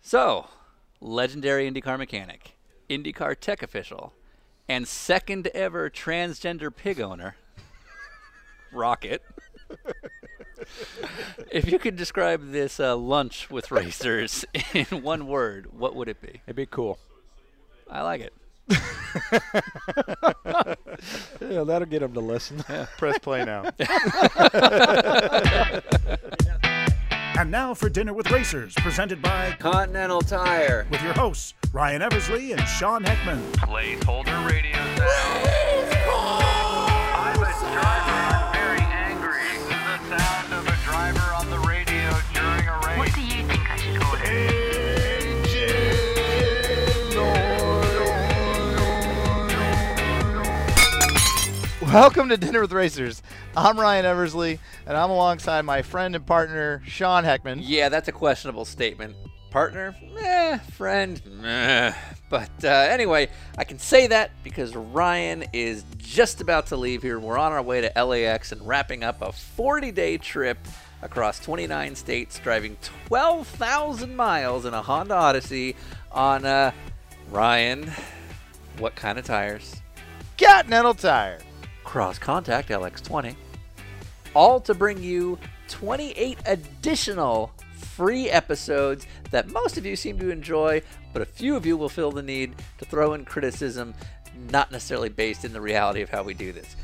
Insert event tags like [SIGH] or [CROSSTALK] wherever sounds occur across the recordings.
So, legendary IndyCar mechanic, IndyCar tech official, and second ever transgender pig owner, Rocket. if you could describe this uh, lunch with racers [LAUGHS] in one word, what would it be? It'd be cool. I like it. Yeah, that'll get them to listen. Press play now. And now for Dinner with Racers, presented by Continental Tire. with your hosts, Ryan Eversley and Sean Heckman. Placeholder radio sound. I'm a driver. I'm very angry. This is the sound of a driver on the radio during a race. What do you think I should order? [LAUGHS] Welcome to Dinner with Racers. I'm Ryan Eversley, and I'm alongside my friend and partner, Sean Heckman. Yeah, that's a questionable statement. Partner? Meh. Friend? Meh. But uh, anyway, I can say that because Ryan is just about to leave here. We're on our way to LAX and wrapping up a 40 day trip across 29 states, driving 12,000 miles in a Honda Odyssey on uh, Ryan. What kind of tires? Continental Tire. cross contact LX20. All to bring you 28 additional free episodes that most of you seem to enjoy, but a few of you will feel the need to throw in criticism, not necessarily based in the reality of how we do this.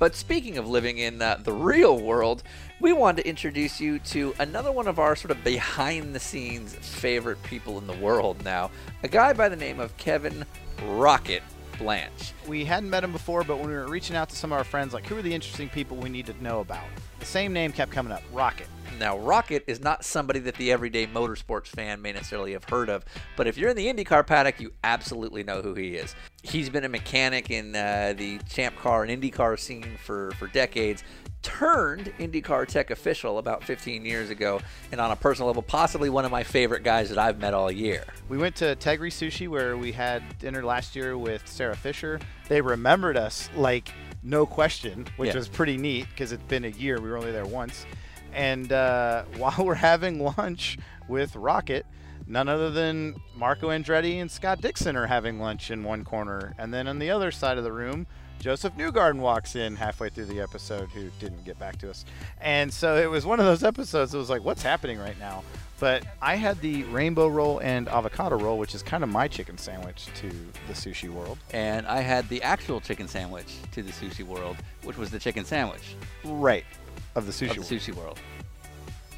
But speaking of living in uh, the real world, we wanted to introduce you to another one of our sort of behind the scenes favorite people in the world now, a guy by the name of Kevin Rocket Blanche. We hadn't met him before, but when we were reaching out to some of our friends, like, who are the interesting people we need to know about? The same name kept coming up Rocket. Now, Rocket is not somebody that the everyday motorsports fan may necessarily have heard of, but if you're in the IndyCar paddock, you absolutely know who he is. He's been a mechanic in uh, the Champ Car and IndyCar scene for, for decades, turned IndyCar tech official about 15 years ago, and on a personal level, possibly one of my favorite guys that I've met all year. We went to Tegri Sushi where we had dinner last year with Sarah Fisher. They remembered us like no question, which Yeah. was pretty neat because it's been a year. We were only there once. And uh, [LAUGHS] while we're having lunch with Rocket, none other than Marco Andretti and Scott Dixon are having lunch in one corner. And then on the other side of the room, Joseph Newgarden walks in halfway through the episode, who didn't get back to us. And so it was one of those episodes that was like, what's happening right now? But I had the rainbow roll and avocado roll, which is kind of my chicken sandwich to the sushi world. And I had the actual chicken sandwich to the sushi world, which was the chicken sandwich Right. Of the sushi of world. the sushi world.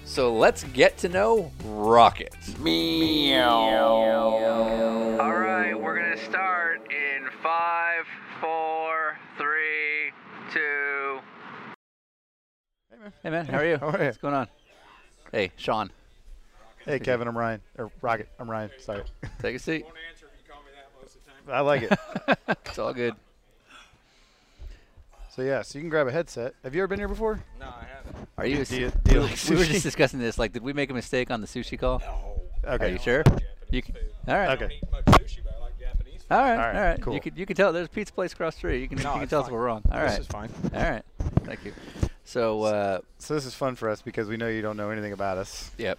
So let's get to know Rocket. All right, we're gonna start in five, four, three, two. Hey man, how are you? How are you? What's going on? Hey, Sean, Hey, Kevin, I'm Ryan. Or Rocket, I'm Ryan. Sorry. take a seat. I like it. It's all good. [LAUGHS] so, yeah, so you can grab a headset. Have you ever been here before? Are you? Do you- s- do you we- like we were [LAUGHS] sushi? just discussing this. Like, did we make a mistake on the sushi call? Okay. Are you sure? You can, all right. Okay. All right. All All right. right, cool. You could you could tell there's a pizza place across the street. You can you can tell us we're wrong. All right. This is fine. All right. Thank you. So uh, So, this is fun for us because we know you don't know anything about us. [LAUGHS] yep.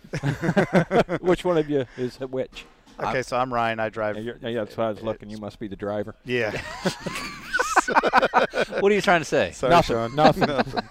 [LAUGHS] which one of you is which? Okay, so I'm Ryan. I drive. Yeah, you're- yeah, that's what I was looking. You must be the driver. [LAUGHS] yeah. what are you trying to say? Sorry, Nothing, Sean. nothing.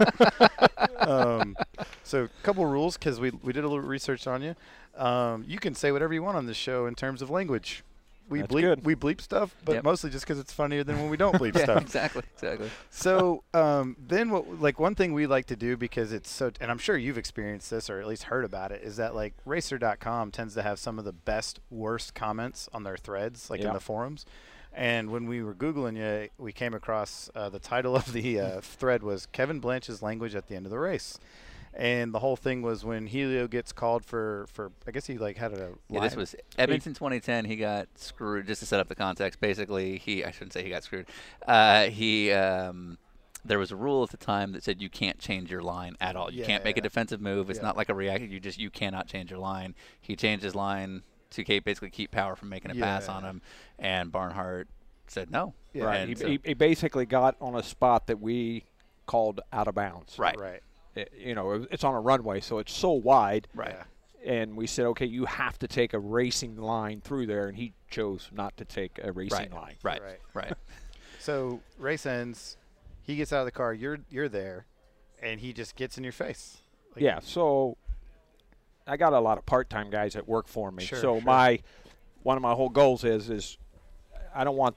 um, so, a couple rules because we, we did a little research on you. Um, you can say whatever you want on this show in terms of language. We That's bleep good. we bleep stuff, but Yep. mostly just because it's funnier than when we don't [LAUGHS] bleep yeah. stuff. Exactly. Exactly. So um, then, what like one thing we like to do because it's so, and I'm sure you've experienced this or at least heard about it, is that like Racer.com tends to have some of the best worst comments on their threads, like in Yeah. the forums. And when we were googling you, we came across uh, the title of the uh, thread was Kevin Blanch's language at the end of the race. And the whole thing was when Helio gets called for, for I guess he like had a Yeah, this line- was Edmonton 2010. He got screwed. Just to set up the context, basically, he I shouldn't say he got screwed. Uh, he um, there was a rule at the time that said you can't change your line at all. You Yeah, can't make yeah. a defensive move. It's Yeah. not like a reaction. You just you cannot change your line. He changed his line to keep, basically keep power from making a pass Yeah. on him, and Barnhart said no. Yeah. Right. And He, so- he, he basically got on a spot that we called out of bounds. right. right. It- you know, it's on a runway, so it's so wide. Right. Yeah. and we said, okay, you have to take a racing line through there, and he chose not to take a racing Right. line. Right. Right. Right. [LAUGHS] So race ends. He gets out of the car. You're you're there, and he just gets in your face. Like, yeah, so I got a lot of part-time guys that work for me. Sure, so sure. my one of my whole goals is is I don't want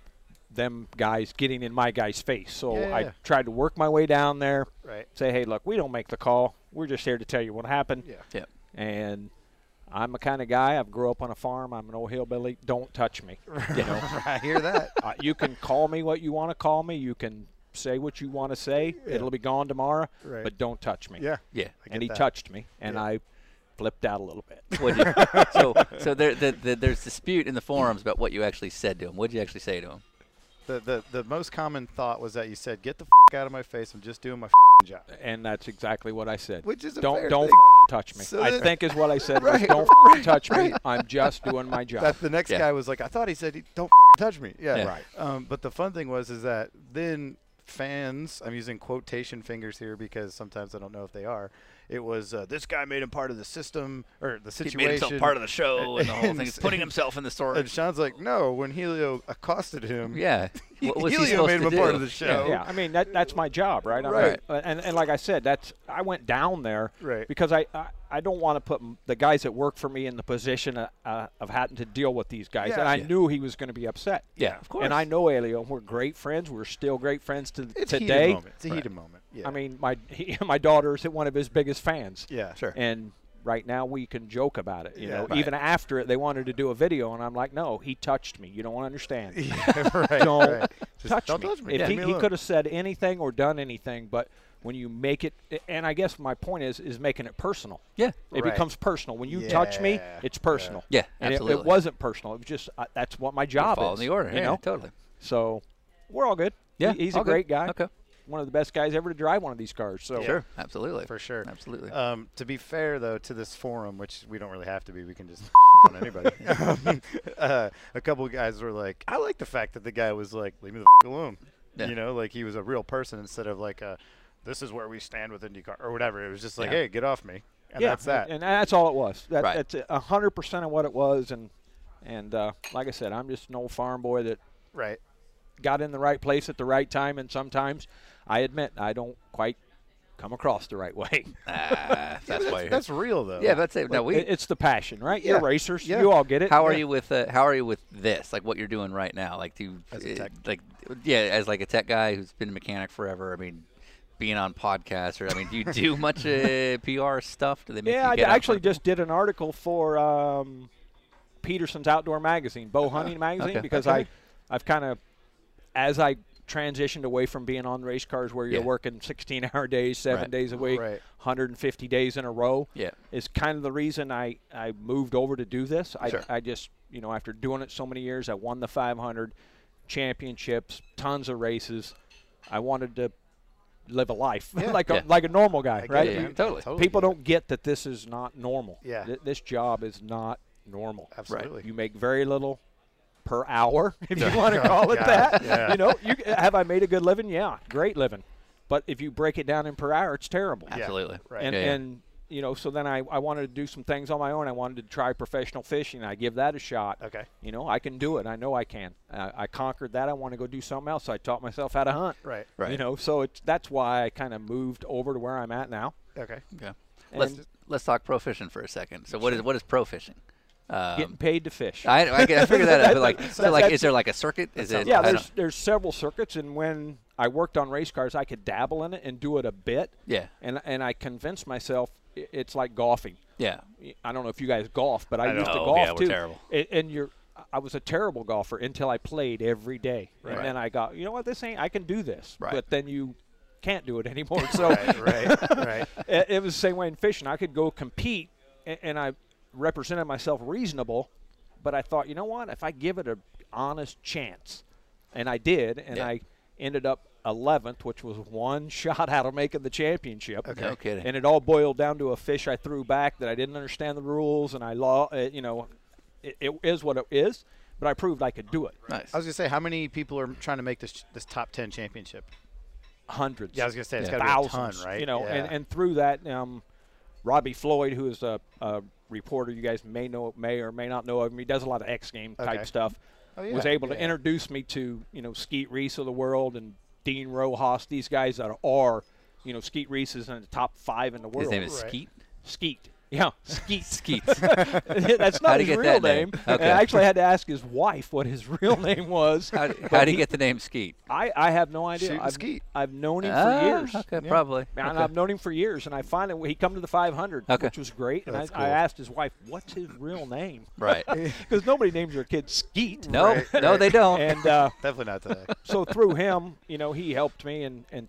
them guys getting in my guy's face. So Yeah, yeah, yeah. I tried to work my way down there. Right. Say, hey, look, we don't make the call. We're just here to tell you what happened. Yeah. yeah. And I'm a kind of guy. I've grew up on a farm. I'm an old hillbilly. Don't touch [LAUGHS] me. You know. I hear that. uh, you can call me what you want to call me. You can say what you want to say. It'll be gone tomorrow. Right. But don't touch me. yeah. [LAUGHS] I Yeah. get And he that. touched me, and I flipped out a little bit. [LAUGHS] What'd [LAUGHS] you- so so there, there, there- there's dispute in the forums about what you actually said to him. What did you actually say to him? The, the the most common thought was that you said, "Get the f- out of my face. I'm just doing my f- job." And that's exactly what I said. Which is a don't fair don't thing. f- touch me. So I that- think is what [LAUGHS] I said. Right, was, don't f- touch me. I'm just doing [LAUGHS] my job. That the next Yeah. guy was like, "I thought he said, he- don't f- touch me." Yeah. Yeah. Right. Um, but the fun thing was is that then fans, I'm using quotation fingers here because sometimes I don't know if they are. It was uh, this guy made him part of the system or the He situation. made himself part of the show and the whole And- thing. [LAUGHS] He's putting himself in the And storage. Sean's like, "No." When Helio accosted him, [LAUGHS] Yeah. What was he Helio supposed made him to a part do? of the Yeah. show. yeah, I mean that, that's my job, right? I mean, Right. uh, and, and like I said, that's I went down there Right. because I, I, I don't want to put m- the guys that work for me in the position uh, uh, of having to deal with these guys, Yeah. and I Yeah. knew he was going to be upset. Yeah, of course. And I know Elio, and we're great friends. We're still great friends to It's a heated today. moment. It's a heated moment. Yeah. I mean, my he, [LAUGHS] my daughter is one of his biggest fans. Yeah. Sure. And right now we can joke about it. You Yeah. know, Right. even after it, they wanted to do a video, and I'm like, no, he touched me. You don't understand. Yeah, [LAUGHS] right, don't right. Just touch, [LAUGHS] don't me. touch me. If Leave me he, he alone. could have said anything or done anything, but when you make it, and I guess my point is, is making it personal. Yeah. It Right. becomes personal. When you touch me, Yeah. it's personal. Yeah, and it, absolutely. it wasn't personal. It was just uh, that's what my job Follow is. the order. You yeah, know, totally. so we're all good. Yeah, He- he's all a good. great guy. Okay. one of the best guys ever to drive one of these cars. So Sure. Absolutely. for sure. Absolutely. Um, to be fair, though, to this forum, which we don't really have to be, we can just [LAUGHS] on anybody. Um, uh, a couple of guys were like, "I like the fact that the guy was like, leave me the f- alone." Yeah. You know, like he was a real person instead of like a, "This is where we stand with IndyCar" or whatever. It was just like, Yeah. "Hey, get off me," and yeah, that's that. and that's all it was. That, Right. That's a hundred percent of what it was, and and uh, like I said, I'm just an old farm boy that right. got in the right place at the right time, and sometimes I admit I don't quite come across the right way. Ah, that's why. You're [LAUGHS] That's real though. yeah, that's [LAUGHS] it. No, It- we. it's the passion, right? Yeah, You're racers. yeah. You all get it. How are Yeah. you with uh, How are you with this? Like what you're doing right now? Like do you, As a uh, tech. like yeah, as like a tech guy who's been a mechanic forever. I mean, being on podcasts or I mean, do [LAUGHS] you do much uh, PR stuff? Do they make Yeah, you I d- get out in actually front of just did an article for um, Peterson's Outdoor Magazine, Bow [LAUGHS] Hunting Magazine, okay. because Okay. I, I've kind of, as I transitioned away from being on race cars where you're Yeah. working 16-hour days, seven Right. days a week, Right. 150 days in a row, Yeah. is kind of the reason I, I moved over to do this. I, Sure. I just, you know, after doing it so many years, I won the 500 championships, tons of races. I wanted to live a life [LAUGHS] like Yeah. a, like a normal guy, I get right? it, Yeah, man. totally. people get it. don't get that this is not normal. Oh, Yeah. Th- this job is not normal. Absolutely. You make very little per hour, [LAUGHS] if you [LAUGHS] want to call it Oh, God, that. yeah. You know, you, have I made a good living? Yeah, great living. But if you break it down in per hour, it's terrible. people? Yeah, Absolutely. right. And, Yeah, yeah. and you know, so then I, I wanted to do some things on my own. I wanted to try professional fishing. I give that a shot. Okay. You know, I can do it. I know I can. I, I conquered that. I want to go do something else. So I taught myself how to hunt. Right. You Right. know, so it's that's why I kind of moved over to where I'm at now. Okay. Okay. Let's and- let's talk pro fishing for a second. So what is what is pro fishing? Getting Um, paid to fish. I, I, I figured that out. But like, so like, that's- is there like a circuit? Is it? yeah, I don't- there's there's several circuits, and when I worked on race cars, I could dabble in it and do it a bit. Yeah. And and I convinced myself i- it's like golfing. yeah. I don't know if you guys golf, but I, I used to don't. Oh, golf yeah, we're too. terrible. A- And you're, I was a terrible golfer until I played every day, Right. and then I got, you know what, this ain't. I can do this, Right. but then you can't do it [LAUGHS] anymore. So Right. Right. [LAUGHS] right. it, it was the same way in fishing. I could go compete, and, and I represented myself reasonable, but I thought, you know what? If I give it a honest chance, and I did, and Yeah. I ended up 11th, which was one [LAUGHS] shot out of making the championship. No kidding. And it all boiled down to a fish I threw back that I didn't understand the rules, and I law, uh, you know, it, it is what it is. But I proved I could do it. Nice. I was gonna say, how many people are trying to make this this top ten championship? Hundreds. Yeah, I was gonna say it's got Yeah. to be a thousands, ton, right? You know, Yeah. and, and through that, um, Robbie Floyd, who is a, a reporter you guys may know, may or may not know of him. He does a lot of X game Okay. type stuff. Oh, yeah, was able to yeah. introduce me to you know Skeet Reese of the world and Dean Rojas, these guys that are, you know, Skeet Reese is in the top five in the world. His name is Right. Skeet. [LAUGHS] Skeet. Yeah, Skeet. [LAUGHS] Skeet. That's not How'd he his get real that name? name. Okay. I actually had to ask his wife what his [LAUGHS] real name was. How, how do you get the name Skeet? I, I have no idea. Shooting I've, Skeet. I've known him for Ah, years. Okay, probably. Man, Okay. I've known him for years, and I finally he come to the 500, Okay. which was great. And I, That's I cool. asked his wife, "What's his real [LAUGHS] name?" Right. Because nobody names their kid Skeet. No, no, they don't. And uh, Definitely not [LAUGHS] today. so through him, you know, he helped me and, and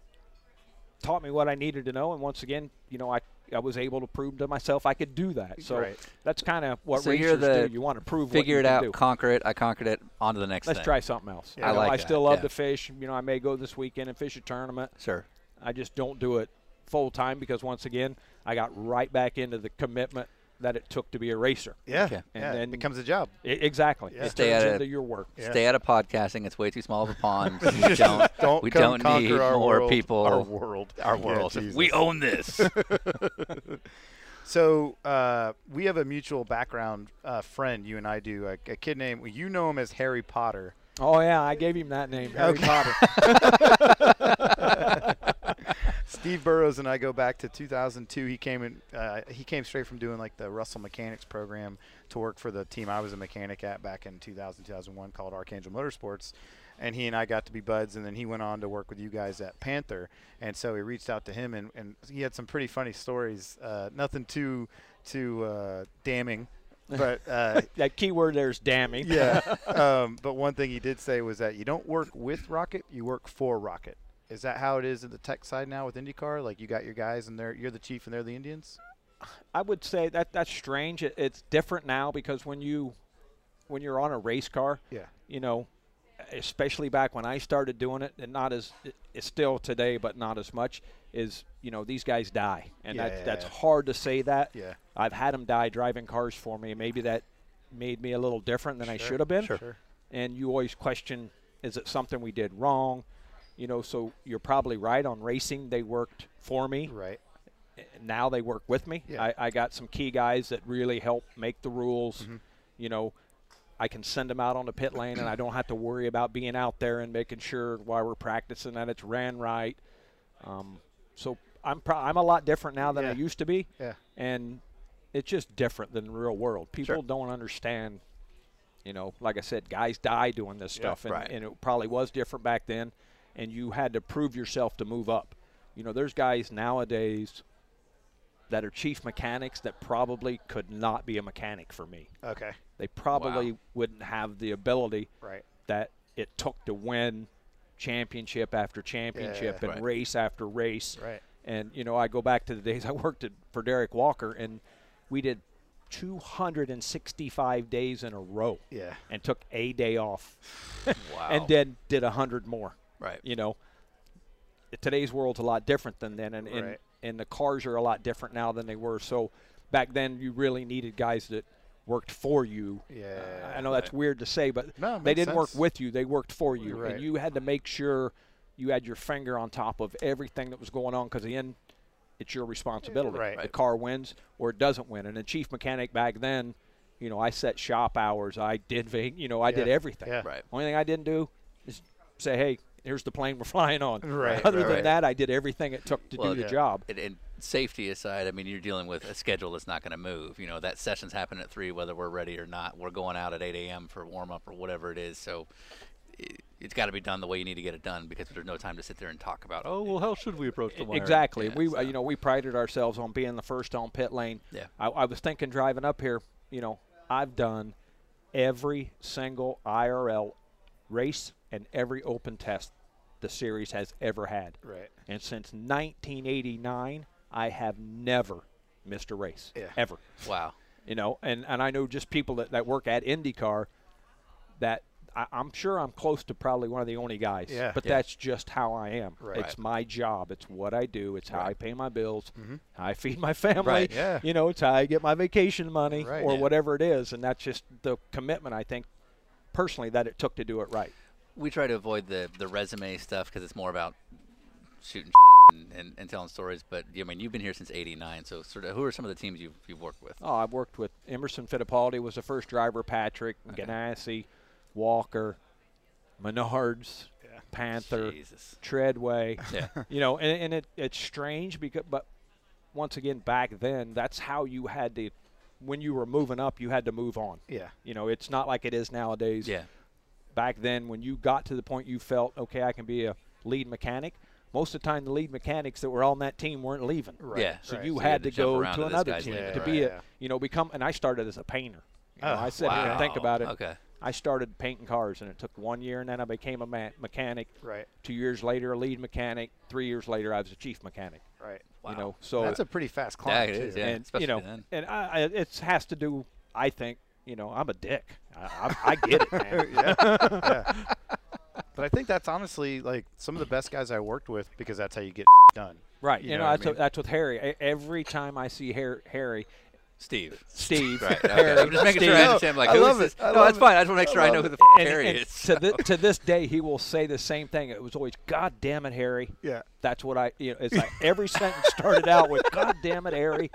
taught me what I needed to know. And once again, you know, I, I was able to prove to myself I could do that. So Right. that's kind of what So you're racers the do. You want to prove Figure what you it can out, do. conquer it. I conquered it. On to the next Let's thing. try something else. I You know, like I that, still love yeah. to fish. You know, I may go this weekend and fish a tournament. Sure. I just don't do it full time because once again, I got right back into the commitment that it took to be a racer. Yeah. Okay. yeah. And then- it becomes a job. I- exactly. Yeah. It Stay turns at it. into your work. Yeah. Stay out of podcasting. It's way too small of a pond. We don't, Don't we come don't conquer need our more world, people. Our world. our Yeah, world. Jesus. we own this. So uh, we have a mutual background uh, friend. You and I do. A, a kid named you know him as Harry Potter. Oh yeah, I gave him that name, Harry Okay. Potter. [LAUGHS] Steve Burrows and I go back to 2002. He came in. Uh, he came straight from doing like the Russell Mechanics program to work for the team I was a mechanic at back in 2000, 2001 called Archangel Motorsports. And he and I got to be buds, and then he went on to work with you guys at Panther. And so we reached out to him, and, and he had some pretty funny stories. Uh, nothing too too uh, damning, but uh, that key word there is damning. yeah. [LAUGHS] Um, but one thing he did say was that you don't work with Rocket, you work for Rocket. Is that how it is at the tech side now with IndyCar? Like you got your guys and they're you're the chief and they're the Indians. I would say that that's strange. It, it's different now because when you when you're on a race car, Yeah. you know, especially back when I started doing it, and not as it's still today, but not as much is you know these guys die, and that's that's Yeah. hard to say that. Yeah. I've had them die driving cars for me, and maybe that made me a little different than I should have been. Sure. And you always question, is it something we did wrong? You know, so you're probably right on racing. They worked for me Right. now they work with me. Yeah. I, I got some key guys that really help make the rules. Mm-hmm. You know, I can send them out on the pit lane, and I don't have to worry about being out there and making sure while we're practicing that it's ran right. Um, so I'm pro- I'm a lot different now than I Yeah. used to be. Yeah. and it's just different than the real world. People don't understand. You know, like I said, guys die doing this stuff, and, right. and it probably was different back then. And you had to prove yourself to move up. You know, there's guys nowadays that are chief mechanics that probably could not be a mechanic for me. Okay. They probably wouldn't have the ability Right. that it took to win championship after championship and Right. race after race. Right. And you know, I go back to the days I worked at, for Derek Walker, and we did 265 days in a row. Yeah. And took a day off, wow. and then did 100 more right. you know today's world's a lot different than then and, and, Right. and the cars are a lot different now than they were so back then you really needed guys that worked for you Yeah, Uh, i know that's weird to say but No, it they makes didn't work sense. with you they worked for you Right. and you had to make sure you had your finger on top of everything that was going on because the end it's your responsibility Right. the Right. car wins or it doesn't win and the chief mechanic back then you know i set shop hours i did va- you know i did Yeah. everything Yeah. Right. only thing I didn't do is say, "Hey, here's the plane we're [LAUGHS] flying on." Right, Other right, than right. that, I did everything it took to Well, do yeah. the job. And, and safety aside, I mean, you're dealing with a schedule that's not going to move. You know, that session's happening at three, whether we're ready or not. We're going out at 8 a.m. for warm up or whatever it is. So. It, it's got to be done the way you need to get it done because there's no time to sit there and talk about oh well how should we approach the wiring?" Exactly. Yeah, we, uh, so- you know, we prided ourselves on being the first on pit lane. Yeah. I, I was thinking driving up here. You know, I've done every single IRL race and every open test the series has ever had. Right. And since 1989, I have never missed a race. Yeah. Ever. wow you know and, and i know just people that, that work at indycar that I, i'm sure i'm close to probably one of the only guys Yeah. but Yeah. that's just how i am Right. it's my job it's what i do it's how i pay my bills how i feed my [LAUGHS] family Right. Mm-hmm. Yeah. you know it's how i get my vacation money Right. or Yeah. whatever it is and that's just the commitment i think personally that it took to do it right we try to avoid the the resume stuff because it's more about shooting and, and, and telling stories. But I mean, you've been here since '89, so sort of who are some of the teams you've you've worked with? Oh, I've worked with Emerson Fittipaldi was the first driver, Patrick, Ganassi, Walker, Menards, Panther, Jesus. Treadway. [LAUGHS] Yeah. you know, and, and it, it's strange because, but once again, back then, that's how you had to, when you were moving up, you had to move on. Yeah. You know, it's not like it is nowadays. Yeah. Back then, when you got to the point you felt, okay, I can be a lead mechanic, most of the time the lead mechanics that were on that team weren't leaving. Right. Yeah. So Right. you So you had had to to jump go around to to this another guy's team lead. to Yeah, be yeah. a, you know, become, and I started as a painter. You know, Oh, I sit here and think wow. about it. Okay. I started painting cars, and it took one year, and then I became a ma- mechanic. Right. Two years later, a lead mechanic. Three years later, I was a chief mechanic. Right. Wow. You know, so That's a pretty fast climb. Oh, Yeah, it too. is, yeah. and especially you know, then. and I, I, it has to do, I think, you know, I'm a dick. I, I, I get it, [LAUGHS] man. But I think that's honestly like some of the best guys I worked with because that's how you get done. Right. You, know, what I that's, mean? what, that's with Harry. E- Every time I see Har- Harry, Steve. Steve, [LAUGHS] [LAUGHS] Right. Okay. Harry, I'm just making Steve, sure I understand. Like, I who is love this? it. I no, love that's it. fine. I just want to make sure I know who the f- and, Harry and is. to, thi- to this day, he will say the same thing. It was always, "God damn it, Harry." Yeah. that's what I. You know, it's [LAUGHS] like every sentence started out with, "God damn it, Harry."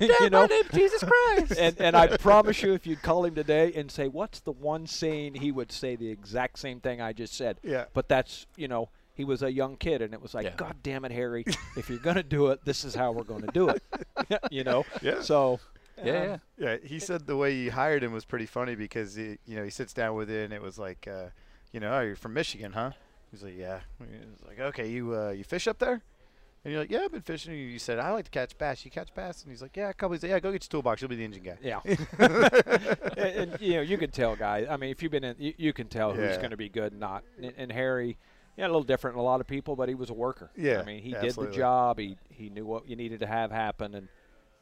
[LAUGHS] you, know, Jesus Christ. and and I promise you, if you'd call him today and say, "What's the one scene?" he would say the exact same thing I just said. Yeah. but that's you know. He was a young kid, and it was like, Yeah. "God damn it, Harry! If you're gonna do it, this is how we're gonna do [LAUGHS] it." [LAUGHS] you know. Yeah. So. um, yeah, yeah. Yeah, he said the way you hired him was pretty funny because he, you know he sits down with it and it was like, uh, you know, oh, you're from Michigan, huh? He's like, yeah. He's like, okay, you uh, you fish up there? And you're like, yeah, I've been fishing. And you said, I like to catch bass. You catch bass? And he's like, yeah, a couple. He's like, yeah, go get your toolbox. You'll be the engine guy. [LAUGHS] Yeah, and, and, you know you can tell, guys. I mean, if you've been in, you, you can tell who's Yeah. going to be good and not. And, and Harry, yeah, a little different than a lot of people, but he was a worker. Yeah, I mean, he did absolutely. the job. He he knew what you needed to have happen, and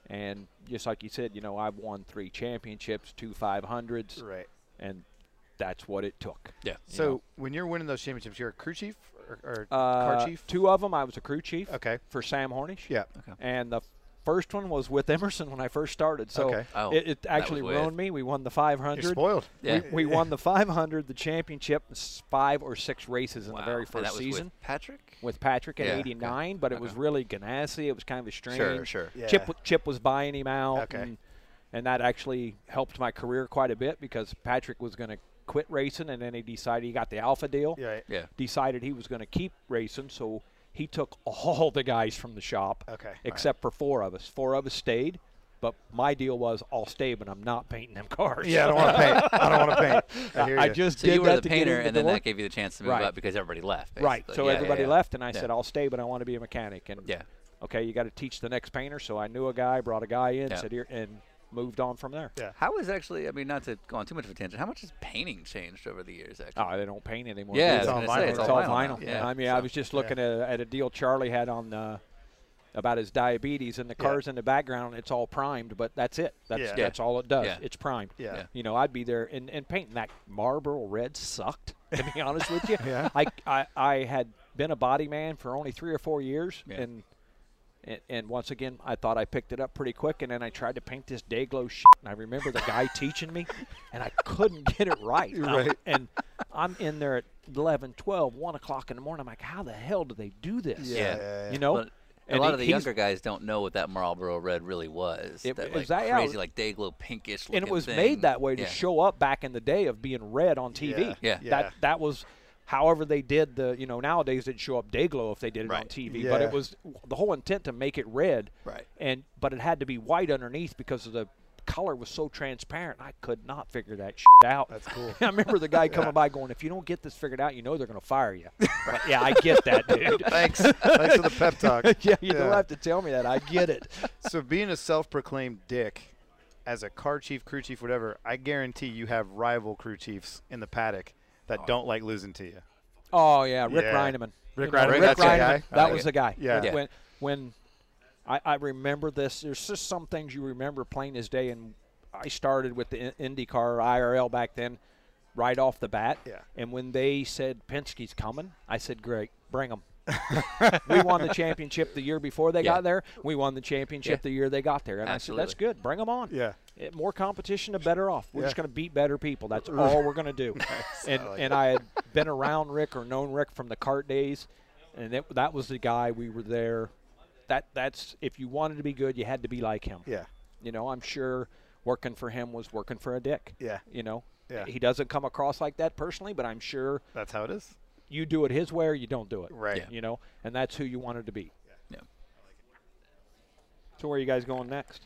and just like you said, you know, I've won three championships, two five hundreds, Right. and that's what it took. Yeah. you So know. when you're winning those championships, you're a crew chief or, or Uh, car chief? Two of them, I was a crew chief. Okay. For Sam Hornish. Yeah. Okay. And the first one was with Emerson when I first started, so Okay. Oh, it, it that was actually with- ruined me. We won the 500. You're spoiled. Yeah. We won the 500, the championship, s- five or six races in Wow. the very And first that was season With Patrick? with Patrick in Yeah, okay. '89, but it was really Ganassi. It was kind of a strange. sure. Yeah. Chip w- Chip was buying him out, Okay. and, and that actually helped my career quite a bit because Patrick was going to quit racing, and then he decided he got the Alpha deal. Yeah. right. Yeah. Decided he was going to keep racing, so he took all the guys from the shop. Okay. All right. Except for four of us. Four of us stayed. But my deal was, I'll stay, but I'm not painting them [LAUGHS] cars. Yeah, I don't want to paint. I don't want to paint. I hear I ya. just So did you were that the to painter, get in and the then door. that gave you the chance to move Right. up because everybody left. right. basically. So Yeah, yeah, everybody yeah. left, and I Yeah. said, "I'll stay, but I want to be a mechanic." And Yeah. okay, you got to teach the next painter. So I knew a guy, brought a guy in, Yeah. said here, and moved on from there. Yeah. How is actually? I mean, not to go on too much of a tangent. How much has painting changed over the years? Actually, Oh, they don't paint anymore. yeah, do I was they? all gonna say, vinyl. it's, it's all vinyl. vinyl. now. Yeah. I mean, I was just looking at, at a deal Charlie had on uh, about his diabetes, and the cars in the background, it's all primed, but that's it. That's Yeah. that's all it does. Yeah. It's primed. Yeah. Yeah. You know, I'd be there and, and painting that Marlboro red sucked. To be honest with [LAUGHS] you, yeah. I, I I had been a body man for only three or four years, Yeah. and. And, and once again, I thought I picked it up pretty quick, and then I tried to paint this day glow shit. And I remember the guy teaching me, and I couldn't get it right. Right. [LAUGHS] and I'm in there at 11, 12, 1 o'clock in the morning. I'm like, how the hell do they do this? Yeah. yeah, You know? But a Oh, And lot he- of the he's- younger guys don't know what that Marlboro Red really was. It- that, it like, was that- yeah, it crazy, was- like day glow pinkish. And it looking was thing. made that way to Yeah. show up back in the day of being red on TV. Yeah. Yeah. That that was however they did the you know nowadays they'd show up day glow if they did it on Right. TV but Yeah. it was the whole intent to make it red Right. and but it had to be white underneath because of the color was so transparent I could not figure that shit out that's cool [LAUGHS] I remember the guy coming by going if you don't get this figured out you know they're gonna fire you But, yeah I get that dude [LAUGHS] Thanks. Thanks for the pep [LAUGHS] talk. yeah you don't have to tell me that I get it So being a self-proclaimed dick as a car chief, crew chief, whatever, I guarantee you have rival crew chiefs in the paddock that don't like losing to you. Oh yeah, Rick Yeah. Reineman. Rick You know, Reineman, Rick that's the guy. Reineman. I That like was it. the guy. Yeah. Yeah. When when I, I remember this, there's just some things you remember plain as day. And I started with the In- IndyCar or IRL back then, right off the bat. Yeah. And when they said Penske's coming, I said, "Great, bring him." [LAUGHS] we won the championship the year before they Yeah. got there. We won the championship Yeah. the year they got there, and I said, "That's Absolutely. good. Bring them on." Yeah. Eh, more competition, the better off. We're just Yeah. going to beat better people. That's [LAUGHS] all we're going to do. and and I had been around Rick or known Rick from the cart days, and that, that was the guy we were there. That that's if you wanted to be good, you had to be like him. Yeah. You know, I'm sure working for him was working for a dick. Yeah. You know. Yeah. He doesn't come across like that personally, but I'm sure That's how it is. you do it his way or you don't do it. Right. Yeah. You know, and that's who you wanted to be. Yeah. So where are you guys going next?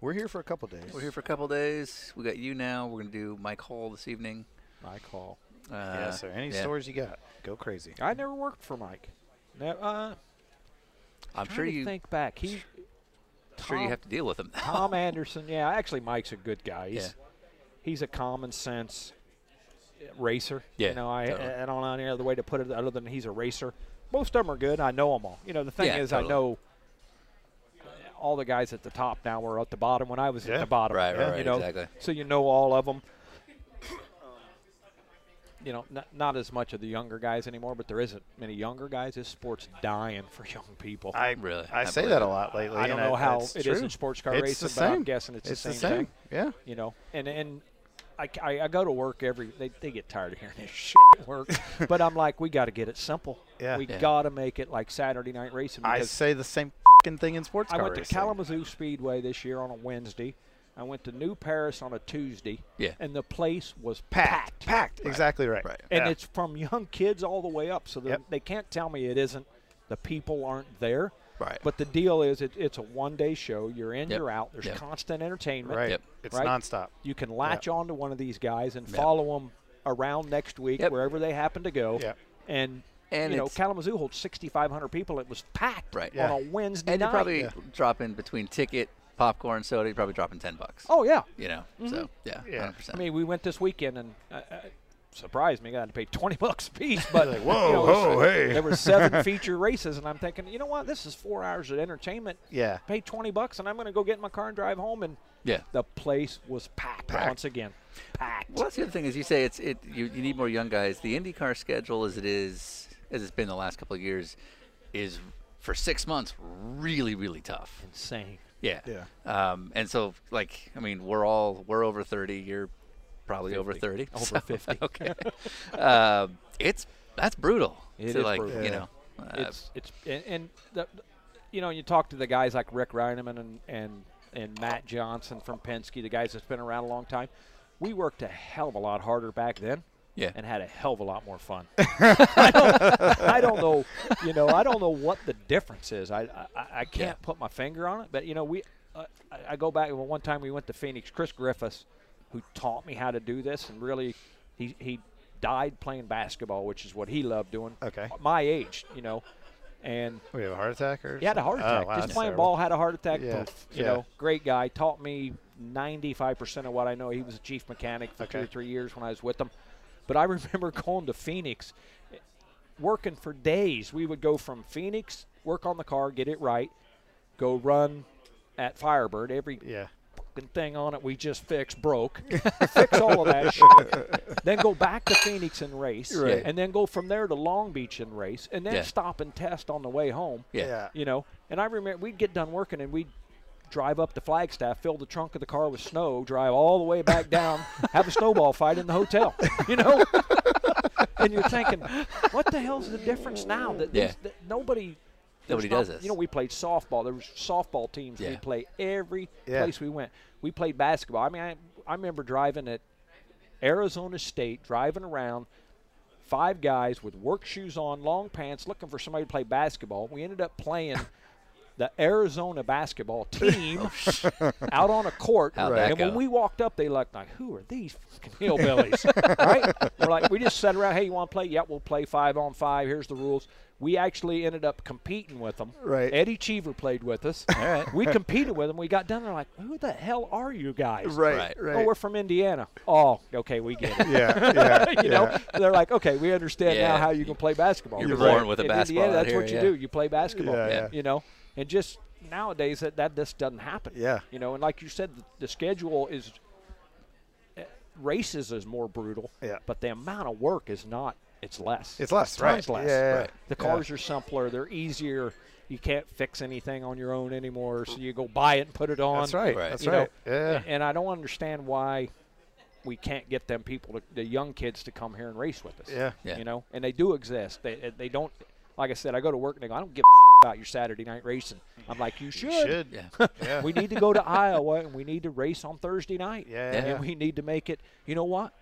We're here for a couple days. We're here for a couple days. We got you now. We're gonna do Mike Hall this evening. I call. Uh, yeah, sir. Any yeah. stories you got? Go crazy. I never worked for Mike. Ne- uh, I'm trying sure to you. think back. He, sure you Tom- have to deal with him. [LAUGHS] Tom Anderson. Yeah, actually, Mike's a good guy. He's, Yeah. he's a common sense racer. Yeah, You know, I, totally. I don't know any other way to put it other than he's a racer. Most of them are good. I know them all. You know, the thing Yeah, is, I totally. know all the guys at the top now were at the bottom when I was Yeah. at the bottom. Right, right, You right, know, exactly. so you know all of them. You know, not, not as much of the younger guys anymore, but there isn't many younger guys. This sport's dying for young people. I Really, I I say believe that it. a lot lately. I don't and know how it's it is true. in sports car It's racing, the but I'm same. guessing it's, It's the, same thing. Yeah. You know, and and I, I, I go to work every. They, they get tired of hearing this [LAUGHS] shit at [LAUGHS] work, but I'm like, we got to get it simple. Yeah. we Yeah. got to make it like Saturday night racing. I because say the same fing thing in sports I car went to racing. Kalamazoo Speedway this year on a Wednesday. I went to New Paris on a Tuesday. Yeah. and the place was packed. Packed. Packed. Exactly right. Right. and Yeah. it's from young kids all the way up. So the, Yep. they can't tell me it isn't. The people aren't there. Right. But the deal is, it, it's a one-day show. You're in, Yep. you're out. There's Yep. constant entertainment. right. Yep. It's Right? nonstop. You can latch on to one of these guys and Yep. follow them around next week Yep. wherever they happen to go. Yep. And, And you know, it's- Kalamazoo holds 6,500 people. It was packed Right. on Yeah. a Wednesday and night. you probably drop in between ticket, popcorn, soda. You're probably dropping ten bucks. oh yeah. You know. So Mm-hmm. yeah, Yeah. hundred I percent. mean, we went this weekend and uh, uh, surprised me. I had to pay 20 [LAUGHS] bucks a piece. But Like, you whoa, know, it was- whoa, hey. There were [LAUGHS] seven feature races, and I'm thinking, you know what? This is four hours of entertainment. Yeah. Pay 20 bucks, and I'm going to go get in my car and drive home. And yeah. the place was packed, once again. Packed. Well, that's the other thing is you say it's it. You, you need more young guys. The IndyCar schedule, as it is, as it's been the last couple of years, is for six months really really tough. Insane. Yeah. Yeah. Um, and so like I mean we're all we're over thirty. You're probably over thirty. Over so- 50. [LAUGHS] Okay. um, it's that's brutal. It to is like brutal. you Yeah. know. Uh, it's it's and, and the, you know you talk to the guys like Rick Reineman and and and Matt Johnson from Penske, the guys that's been around a long time. We worked a hell of a lot harder back then. Yeah. And had a hell of a lot more fun. I, don't, I don't know, you know, I don't know what the difference is. I I, I can't Yeah. put my finger on it, but you know, we uh, I, I go back well, one time we went to Phoenix. Chris Griffiths, who taught me how to do this, and really, he he died playing basketball, which is what he loved doing. Okay. My age, you know, and We have a heart attack or he had a heart something? attack. Oh, wow, Just that's playing terrible. ball, had a heart attack. Yeah, Poof, you yeah. know, great guy. Taught me 95% of what I know. He was a chief mechanic for two Okay. or three years when I was with him. But I [LAUGHS] remember going to Phoenix, eh, working for days. We would go from Phoenix, work on the car, get it right, go run at Firebird every Yeah. fucking thing on it we just fixed broke. [LAUGHS] Fix all of that [LAUGHS] shit. then go back to Phoenix and race. Right. And then go from there to Long Beach and race. And then Yeah. stop and test on the way home. yeah. Yeah. You know, and I remember we'd get done working and we'd drive up to Flagstaff, fill the trunk of the car with snow, drive all the way back down, [LAUGHS] have a snowball fight in the hotel. [LAUGHS] You know? and you're thinking, what the hell's the difference now that, Yeah. these- that nobody there's Nobody not- does this. You know, we played softball. There was softball teams. We Yeah. played every Yeah. place we went. We played basketball. I mean, I, I remember driving at Arizona State, driving around, five guys with work shoes on, long pants, looking for somebody to play basketball. We ended up [LAUGHS] playing the Arizona basketball team out on a court. Oh, How'd that and when go? we walked up, they looked like, who are these [LAUGHS] fucking hillbillies? right? We're like, we just sat around, hey, you want to play? Yeah, we'll play five on five. Here's the rules. We actually ended up competing with them. Right. Eddie Cheever played with us. All right. We competed with them. We got done. They're like, who the hell are you guys? Right. Right. Right. Oh, [LAUGHS] we're from Indiana. Oh, okay, we get it yeah. [LAUGHS] Yeah. you know, they're like, okay, we understand now Yeah. how you can play basketball. You're In born with a Indiana, basketball out that's here, what you yeah. do. You play basketball. Yeah, Yeah. You know, and just nowadays that that this doesn't happen. Yeah. You know, and like you said, the, the schedule is eh, races is more brutal. Yeah. But the amount of work is not. It's less. It's less, Tons right. less. Yeah, yeah, Right. The yeah. cars are simpler. They're easier. You can't fix anything on your own anymore, so you go buy it and put it on. That's right. Right. That's you right. know, Yeah. a- and I don't understand why we can't get them people, to, the young kids, to come here and race with us. Yeah. Yeah. You know, and they do exist. They uh, they don't. Like I said, I go to work and they go, I don't give a shit about your Saturday night racing. I'm like, you should. You should. Yeah. [LAUGHS] [LAUGHS] Yeah. we need to go to Iowa and we need to race on Thursday night. Yeah. And we need to make it, you know what?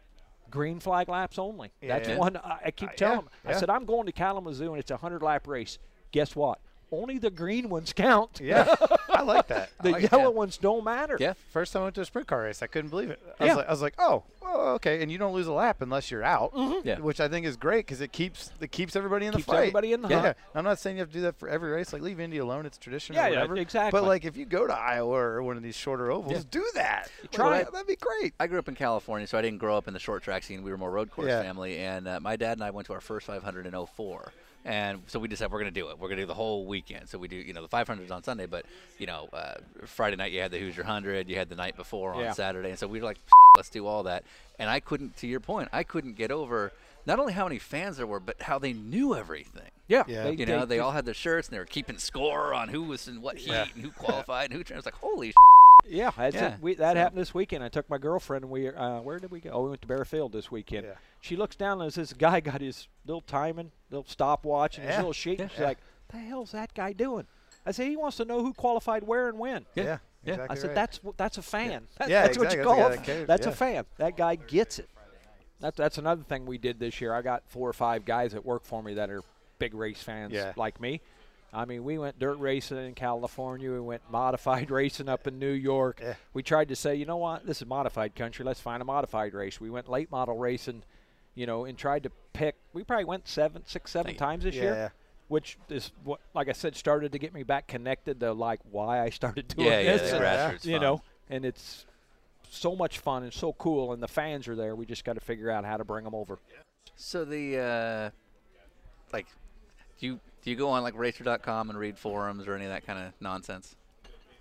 Green flag laps only. That's Yeah. one I, I keep yeah, telling 'em. yeah. I said, I'm going to Kalamazoo and it's a 100 lap race. Guess what? Only the green ones count. yeah. I like [LAUGHS] that. I The like yellow that. ones don't matter. Oh, Yeah. First time I went to a sprint car race, I couldn't believe it. I, Yeah. was, like, I was like, oh, well, okay. And you don't lose a lap unless you're out, Yeah. which I think is great because it keeps it keeps everybody in the Keeps fight. everybody in the yeah. hunt. I'm not saying you have to do that for every race. Like leave Indy alone; it's tradition. Yeah, or yeah, whatever. exactly. But like if you go to Iowa or one of these shorter ovals, do that. Try Like, it. That'd be great. I grew up in California, so I didn't grow up in the short track scene. We were more road course Yeah. family, and uh, my dad and I went to our first 500 in 04. And so we decided we're going to do it. We're going to do the whole weekend. So we do, you know, the 500s on Sunday, but, you know, uh, Friday night you had the Hoosier 100, you had the night before on Yeah. Saturday. And so we were like, let's do all that. And I couldn't, to your point, I couldn't get over not only how many fans there were, but how they knew everything. Yeah. Yeah. You know, they just- all had their shirts and they were keeping score on who was in what heat and who qualified and who trained. It's like, holy shit. Yeah, that's Yeah, It. We, that so- happened this weekend. I took my girlfriend. and We uh, where did we go? Oh, we went to Bear Field this weekend. Yeah. She looks down and this guy [LAUGHS] got his little timing, little stopwatch, and his Yeah. little sheet. And she's like, "The hell's that guy doing?" I said, "He wants to know who qualified where and when." Yeah. Yeah. Exactly I said, right. "That's wh- that's a fan. That- Yeah, that's exactly. what you That's call the it. guy that cares. That's Yeah. a fan. That guy gets it." That's that's another thing we did this year. I got four or five guys that work for me that are big race fans Yeah. like me. I mean, we went dirt racing in California. We went modified [LAUGHS] racing up in New York. Yeah. We tried to say, you know what, this is modified country. Let's find a modified race. We went late model racing, you know, and tried to pick. We probably went seven, six, seven times this Yeah. year, which is what, like I said, started to get me back connected to like why I started doing Yeah, yeah, this. the and, grassroots you fun. know, and it's so much fun and so cool, and the fans are there. We just got to figure out how to bring them over. So the uh, like, do you do you go on like Racer.com and read forums or any of that kind of nonsense?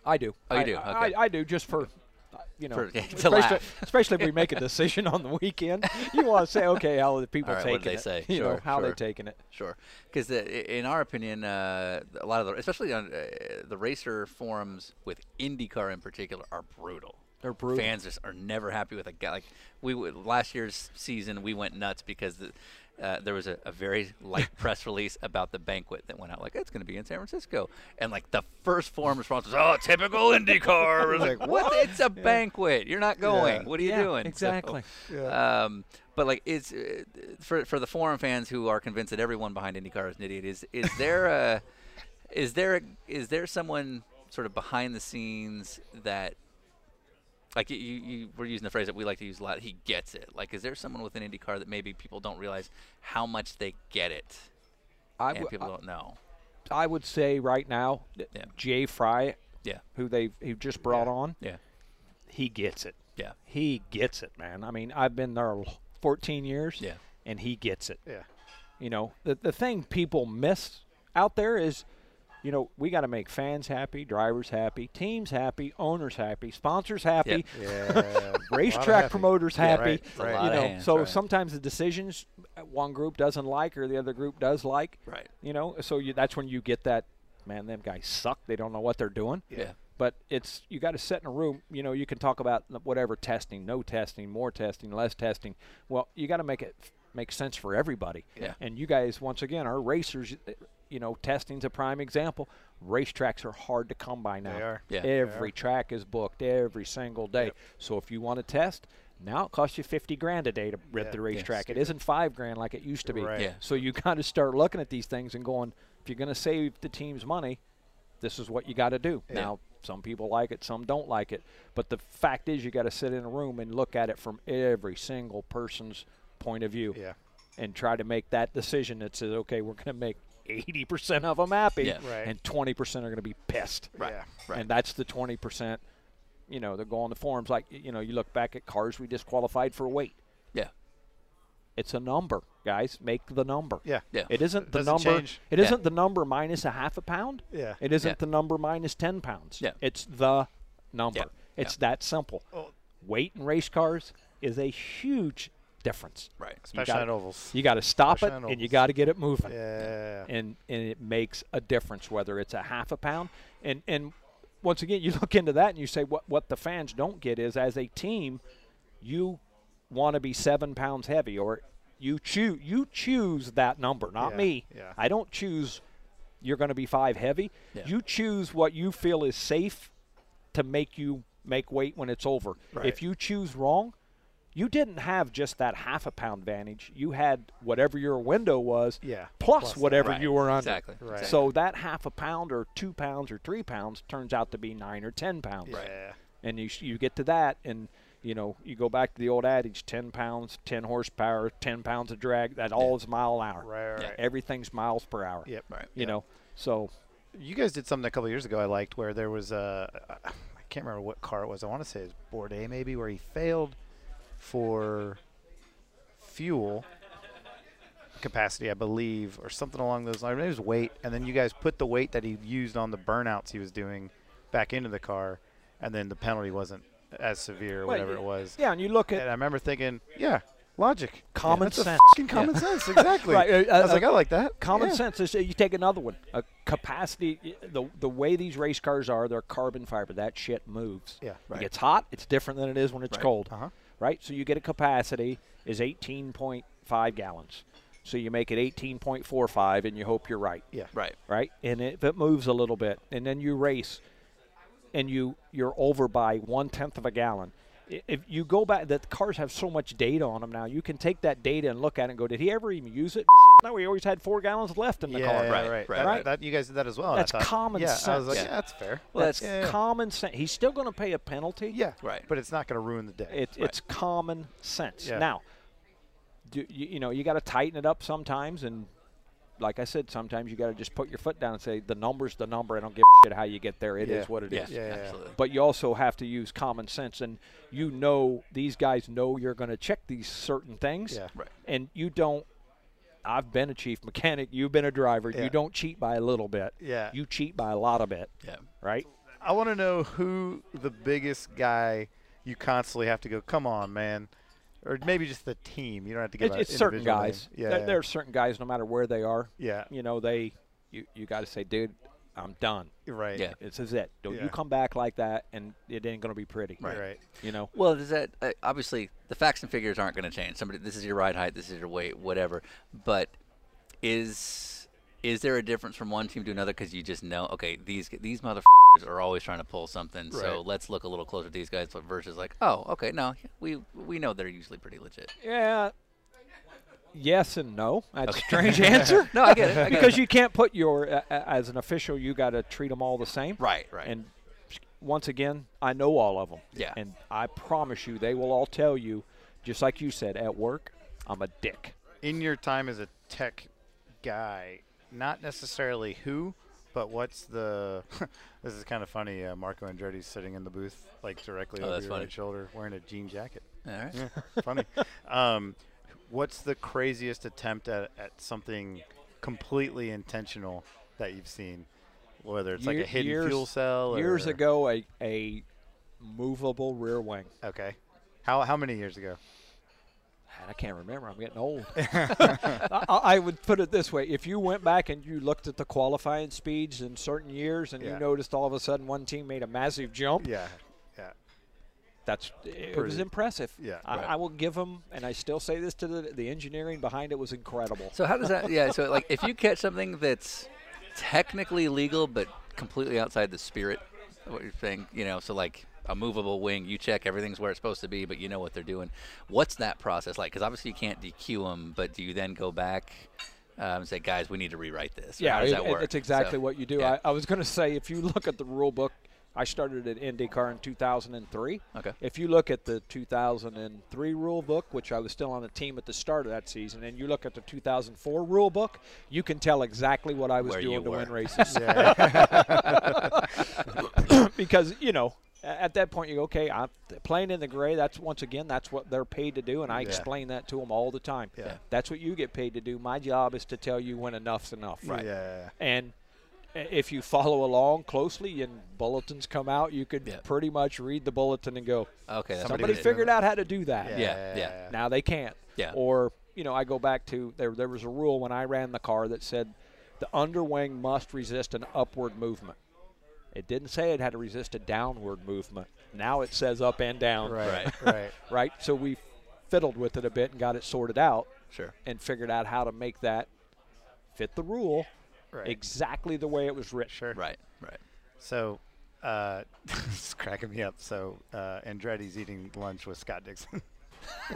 I do. Oh, you I, do? I, Okay. I do just for. uh, You know, For- [LAUGHS] to especially, laugh. especially if we make a decision on the weekend, you want to say, okay, how are the people All right, taking what did they it? say? You know, Sure, how are sure. they taking it? Sure, because in our opinion, uh, a lot of the especially on uh, the racer forums with IndyCar in particular are brutal. They're brutal. Fans just are never happy with a guy. Like we w- last year's season, we went nuts because the, uh, there was a, a very [LAUGHS] light press release about the banquet that went out. Like it's going to be in San Francisco, and like the first forum response was, "Oh, typical [LAUGHS] IndyCar." We're like, what? It's a banquet. You're not going. What are you Yeah, doing? So, exactly. um, but like, it's uh, for for the forum fans who are convinced that everyone behind IndyCar is an idiot. Is is there a [LAUGHS] is there a, is there someone sort of behind the scenes that like you, you you were using the phrase that we like to use a lot? He gets it. Like, is there someone within IndyCar that maybe people don't realize how much they get it I and w- people I- don't know? I would say right now, that Yeah. Jay Fry, Yeah, who they who just brought on, yeah, he gets it. yeah, He gets it, man. I mean, I've been there 14 years, Yeah. and he gets it. [LAUGHS] Yeah. You know, the the thing people miss out there is, you know, we got to make fans happy, drivers happy, teams happy, owners happy, sponsors happy, Yeah. [LAUGHS] racetrack happy. promoters Yeah, happy. right, It's a right. lot You of know, hands, so right. sometimes the decisions one group doesn't like or the other group does like. Right. You know, so you, that's when you get that man. Them guys suck. They don't know what they're doing. yeah. But it's you got to sit in a room. You know, you can talk about whatever testing, no testing, more testing, less testing. Well, you got to make it f- make sense for everybody. Yeah. And you guys, once again, are racers. You know, testing's a prime example. Racetracks are hard to come by now. They are. Yeah. Every track is booked every single day. So if you want to test, now it costs you 50 grand a day to rent the racetrack. it isn't five grand like it used to be. Right. Yeah. So you got to start looking at these things and going, if you're going to save the team's money, this is what you got to do. Now, some people like it, some don't like it. But the fact is, you got to sit in a room and look at it from every single person's point of view. Yeah. And try to make that decision that says, okay, we're going to make 80% of them happy, Yeah. Right. and 20% are going to be pissed. Right. Yeah. Right. And that's the 20%. You know, they go on the forums like, you know, you look back at cars we disqualified for weight. Yeah. It's a number, guys. Make the number. Yeah. Yeah. It isn't the Doesn't number. change. It Yeah. isn't the number minus a half a pound. Yeah. It isn't Yeah. the number minus ten pounds. Yeah. It's the number. Yeah. It's that simple. Weight in race cars is a huge difference. Right. Especially gotta- on ovals. You got to stop Especially on it and you ovals. got to get it moving Yeah. and and it makes a difference whether it's a half a pound and and once again you [LAUGHS] look into that and you say what what the fans don't get is as a team you want to be seven pounds heavy or You choose you choose that number, not Yeah, me. yeah. I don't choose you're going to be 5 heavy. Yeah. You choose what you feel is safe to make you make weight when it's over. If you choose wrong, you didn't have just that half a pound advantage. You had whatever your window was, Yeah, plus, plus that. whatever Right, you were under. exactly, Right. exactly. So that half a pound or two pounds or three pounds turns out to be nine or ten pounds. Yeah. And you, sh- you get to that, and you know you go back to the old adage: ten pounds, ten horsepower, ten pounds of drag. That all is mile an hour. Right, right, Yeah. right. Everything's miles per hour. Yep. Right. You know, so You guys did something a couple years ago I liked where there was a I can't remember what car it was. I want to say it was Bourdais maybe where he failed for fuel capacity, I believe, or something along those lines. Maybe it was weight, and then you guys put the weight that he used on the burnouts he was doing back into the car, and then the penalty wasn't as severe, Well, whatever it was. yeah, and you look And at I remember thinking, yeah, logic, Common That's a sense. fucking Yeah. common sense, [LAUGHS] exactly. Right, uh, I was uh, like, I like that. Common Yeah. sense is uh, you take another one. A capacity, the the way these race cars are, they're carbon fiber. That shit moves. Yeah, right. It gets hot. It's different than it is when it's cold. Uh-huh. Right. So you get a capacity is 18.5 gallons. So you make it 18.45, and you hope you're right. Yeah. Right. Right. And if it moves a little bit, and then you race, and you you're over by one tenth of a gallon. I- If you go back, that cars have so much data on them now. You can take that data and look at it and go, did he ever even use it? [LAUGHS] No, he always had four gallons left in the yeah, car. yeah, Right, right, right. That- Right. That, you guys did that as well. and I That's thought- common yeah, I was like, sense. yeah, that's fair. Well, that's yeah, yeah. common sense. He's still going to pay a penalty. Yeah, Right. But it's not going to ruin the day. It, It's common sense. Yeah. Now, do, you, you know, you got to tighten it up sometimes. And like I said, sometimes you got to just put your foot down and say, the number's the number. I don't give a shit how you get there. It is Yeah. what it is. Yes, Yeah, yeah, yeah. absolutely. But you also have to use common sense, and you know these guys know you're going to check these certain things, Yeah. Right. and you don't. I've been a chief mechanic. You've been a driver. Yeah. You don't cheat by a little bit. Yeah. You cheat by a lot of bit. Yeah. Right. I want to know who the biggest guy you constantly have to go, come on, man. Or maybe just the team. You don't have to give It's, a it's certain individual name. guys. Yeah, there, yeah. there are certain guys, no matter where they are. Yeah. You know they. You you got to say, dude, I'm done. right. Yeah. This is it. Don't Yeah. you come back like that, and it ain't gonna be pretty. Right. right. You know. Well, does that uh, obviously the facts and figures aren't going to change. Somebody, this is your ride height, this is your weight, whatever. But is is there a difference from one team to another because you just know? Okay, these these motherfuckers are always trying to pull something, so Right. let's look a little closer to these guys. But versus like, oh, okay, no, we we know they're usually pretty legit. Yeah. Yes and no. That's a [LAUGHS] strange answer. No, I get it. I get because it. you can't put your uh, as an official, you got to treat them all the same. Right, right. And once again, I know all of them. Yeah. And I promise you, they will all tell you, just like you said at work, I'm a dick. In your time as a tech guy, not necessarily who, but what's the. [LAUGHS] this is kind of funny. Uh, Marco Andretti's sitting in the booth, like directly Oh, over that's your funny. right shoulder, wearing a jean jacket. [LAUGHS] All right. funny. Um, what's the craziest attempt at, at something completely intentional that you've seen? Whether it's like Ye- a hidden years- fuel cell. Or, Years ago, a a movable rear wing. Okay. How how many years ago? Man, I can't remember. I'm getting [LAUGHS] old. [LAUGHS] I, I would put it this way: if you went back and you looked at the qualifying speeds in certain years, and Yeah. you noticed all of a sudden one team made a massive jump, Yeah. Yeah. that's it was Pretty- impressive. yeah, I, right. I will give them, and I still say this to the the engineering behind it was incredible. So how does that? Yeah. So like, if you catch something that's technically legal but completely outside the spirit of what you're saying, you know, so like a movable wing, you check everything's where it's supposed to be, but you know what they're doing. What's that process like? Because obviously you can't DQ them, but do you then go back um, and say, guys, we need to rewrite this? Or how does it- that it- work? It's exactly So, what you do. yeah. I, I was going to say, if you look at the rule book, I started at IndyCar in 2003. Okay. If you look at the 2003 rule book, which I was still on the team at the start of that season, and you look at the 2004 rule book, you can tell exactly what I was Where you doing to were. win races. [LAUGHS] Yeah. [COUGHS] because, you know, a- at that point, you go, okay, I'm playing in the gray. That's once again, that's what they're paid to do, and I Yeah. explain that to them all the time. Yeah. That's what you get paid to do. My job is to tell you when enough's enough. Yeah. And i- if you follow along closely and bulletins come out, you could Yeah. pretty much read the bulletin and go, Okay. That's somebody what it is. figured out how to do that. Yeah, yeah. Now they can't. Yeah. Or, you know, I go back to there, there was a rule when I ran the car that said the underwing must resist an upward movement. It didn't say it had to resist a downward movement. Now it says up and down Right. Right. [LAUGHS] Right. right? So we fiddled with it a bit and got it sorted out. Sure. and figured out how to make that fit the rule Right. exactly the way it was written. Sure. Right. Right. So, uh, [LAUGHS] it's cracking me up. So, uh, Andretti's eating lunch with Scott Dixon.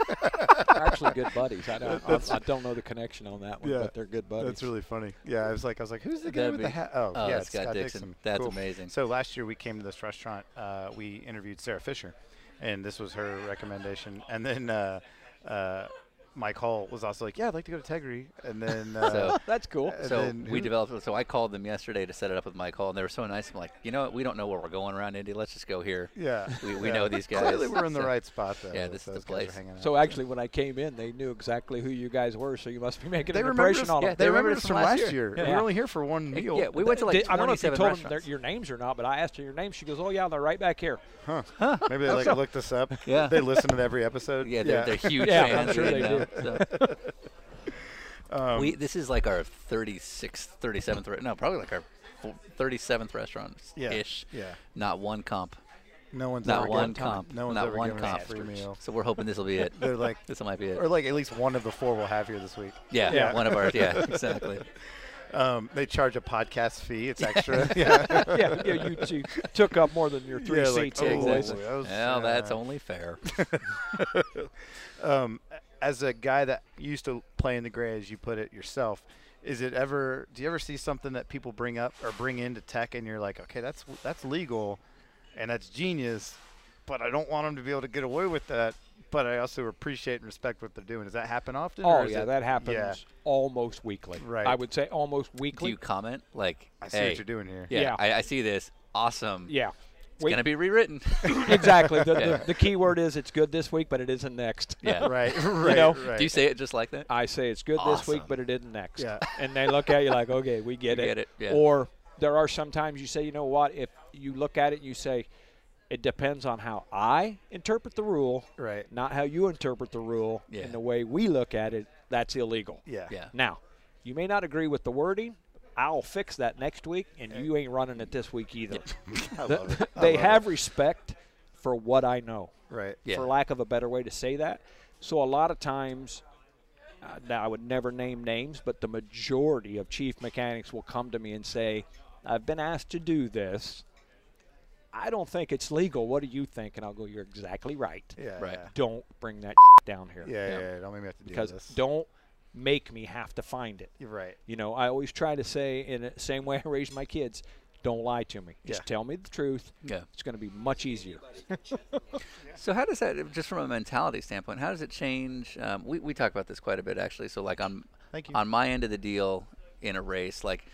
They're actually good buddies. I [LAUGHS] don't, I, I don't know the connection on that one, but they're good buddies. That's really funny. Yeah, I was like, I was like, who's the guy That'd with be- the hat? Oh, oh, yeah, that's it's Scott Dixon. That's amazing. So last year we came to this restaurant. Uh, we interviewed Sarah Fisher, and this was her recommendation. And then uh, uh, Mike Hall was also like, Yeah, I'd like to go to Tegri. And then uh, [LAUGHS] So- That's cool. and So then we who- developed. So I called them yesterday to set it up with my call, and they were so nice. I'm like, you know what? We don't know where we're going around Indy. Let's just go here. Yeah, We- we yeah. know these guys. Clearly, we're in the So- right spot. Though, yeah, if this is the those guys are place. hanging out. So actually, when I came in, they knew exactly who you guys were, so you must be [LAUGHS] making they an remember impression us. on Yeah, them. they remembered us from last year. We Yeah. were only here for one meal. [LAUGHS] Yeah, we went to like Did- I don't know if you 27 told them their, restaurants. your names or not, but I asked her your name. She goes, "Oh yeah, they're right back here." [LAUGHS] Maybe they like looked us up. [LAUGHS] Yeah. they listened to every episode. yeah, they're, [LAUGHS] they're huge Yeah, I'm fans. sure we they know, so. Um, we this is like our 36th, 37th, re- no, probably like our fo- 37th restaurant ish. Yeah, yeah. Not one comp. No one's Not ever one given- comp. No one's not ever one given comp. us a free meal. So we're hoping this will be it. [LAUGHS] They're like, [LAUGHS] this might be it. or like at least one of the four we'll have here this week. yeah, yeah. one of our. Yeah, exactly. Um, [LAUGHS] they charge a podcast fee. [LAUGHS] It's extra. yeah, [LAUGHS] yeah, yeah, you two took up more than your three Yeah, like, seats. oh, anyways. that was- Well, that's yeah. [LAUGHS] only fair. As a guy that used to play in the gray, as you put it yourself, is it ever? Do you ever see something that people bring up or bring into tech, and you're like, okay, that's that's legal, and that's genius, but I don't want them to be able to get away with that. But I also appreciate and respect what they're doing. Does that happen often? Oh or is yeah, it- that happens Yeah, almost weekly. Right. I would say almost Do weekly. you comment like? I see hey, what you're doing here. Yeah, Yeah. I, I see this. Awesome. yeah. It's gonna be rewritten. [LAUGHS] [LAUGHS] exactly. The, Yeah. the, the key word is it's good this week, but it isn't next. yeah. Right. [LAUGHS] Right. know, right. Do you say it just like that? I say it's good this week, Awesome. but it isn't next. Yeah. [LAUGHS] And they look at you like, okay, [LAUGHS] we get We it. get it, yeah. Or there are sometimes you say, you know what, if you look at it and you say, it depends on how I interpret the rule, Right. not how you interpret the rule, Yeah. and the way we look at it, that's illegal. yeah. Yeah. Now, you may not agree with the wording. I'll fix that next week, and you ain't running it this week either. [LAUGHS] I love it. I they love have respect for what I know it. right. Yeah. for lack of a better way to say that. So a lot of times, uh, now I would never name names, but the majority of chief mechanics will come to me and say, "I've been asked to do this. I don't think it's legal. What do you think?" And I'll go, "You're exactly right. Yeah. Right. Yeah. Don't bring that down here. Yeah, yeah, yeah, Don't make me have to do because this. don't make me have to find it. You're right. [LAUGHS] You know, I always try to say in the same way I raised my kids." Don't lie to me. Just Yeah. tell me the truth. Yeah. It's going to be much easier. So how does that, just from a mentality standpoint, how does it change? Um, we we talk about this quite a bit actually. So like on Thank you. on my end of the deal in a race, like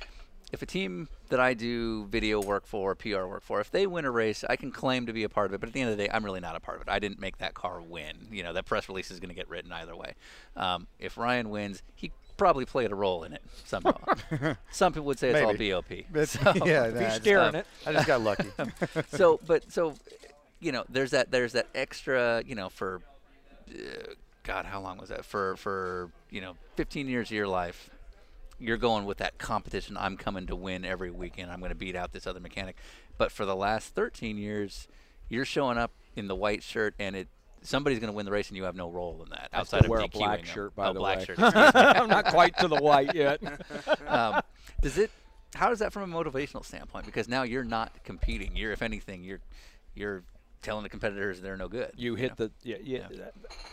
if a team that I do video work for, PR work for, if they win a race, I can claim to be a part of it. But at the end of the day, I'm really not a part of it. I didn't make that car win. You know that press release is going to get written either way. Um, if Ryan wins, he probably played a role in it [LAUGHS] somehow. Some people would say it's Maybe. all BOP. But- [LAUGHS] yeah, [LAUGHS] nah, I just- Steering um, it. I just [LAUGHS] got lucky. so but so you know there's that there's that extra you know for uh, god how long was that for for you know 15 years of your life you're going with that competition i'm coming to win every weekend i'm going to beat out this other mechanic but for the last 13 years you're showing up in the white shirt and it somebody's going to win the race and you have no role in that outside Still of wear a DQing black them. shirt, by oh, the black way. [LAUGHS] shirt, excuse me. I'm not quite to the white [LAUGHS] yet. um, does it how does that from a motivational standpoint because now you're not competing you're if anything you're you're telling the competitors they're no good You hit the yeah, yeah,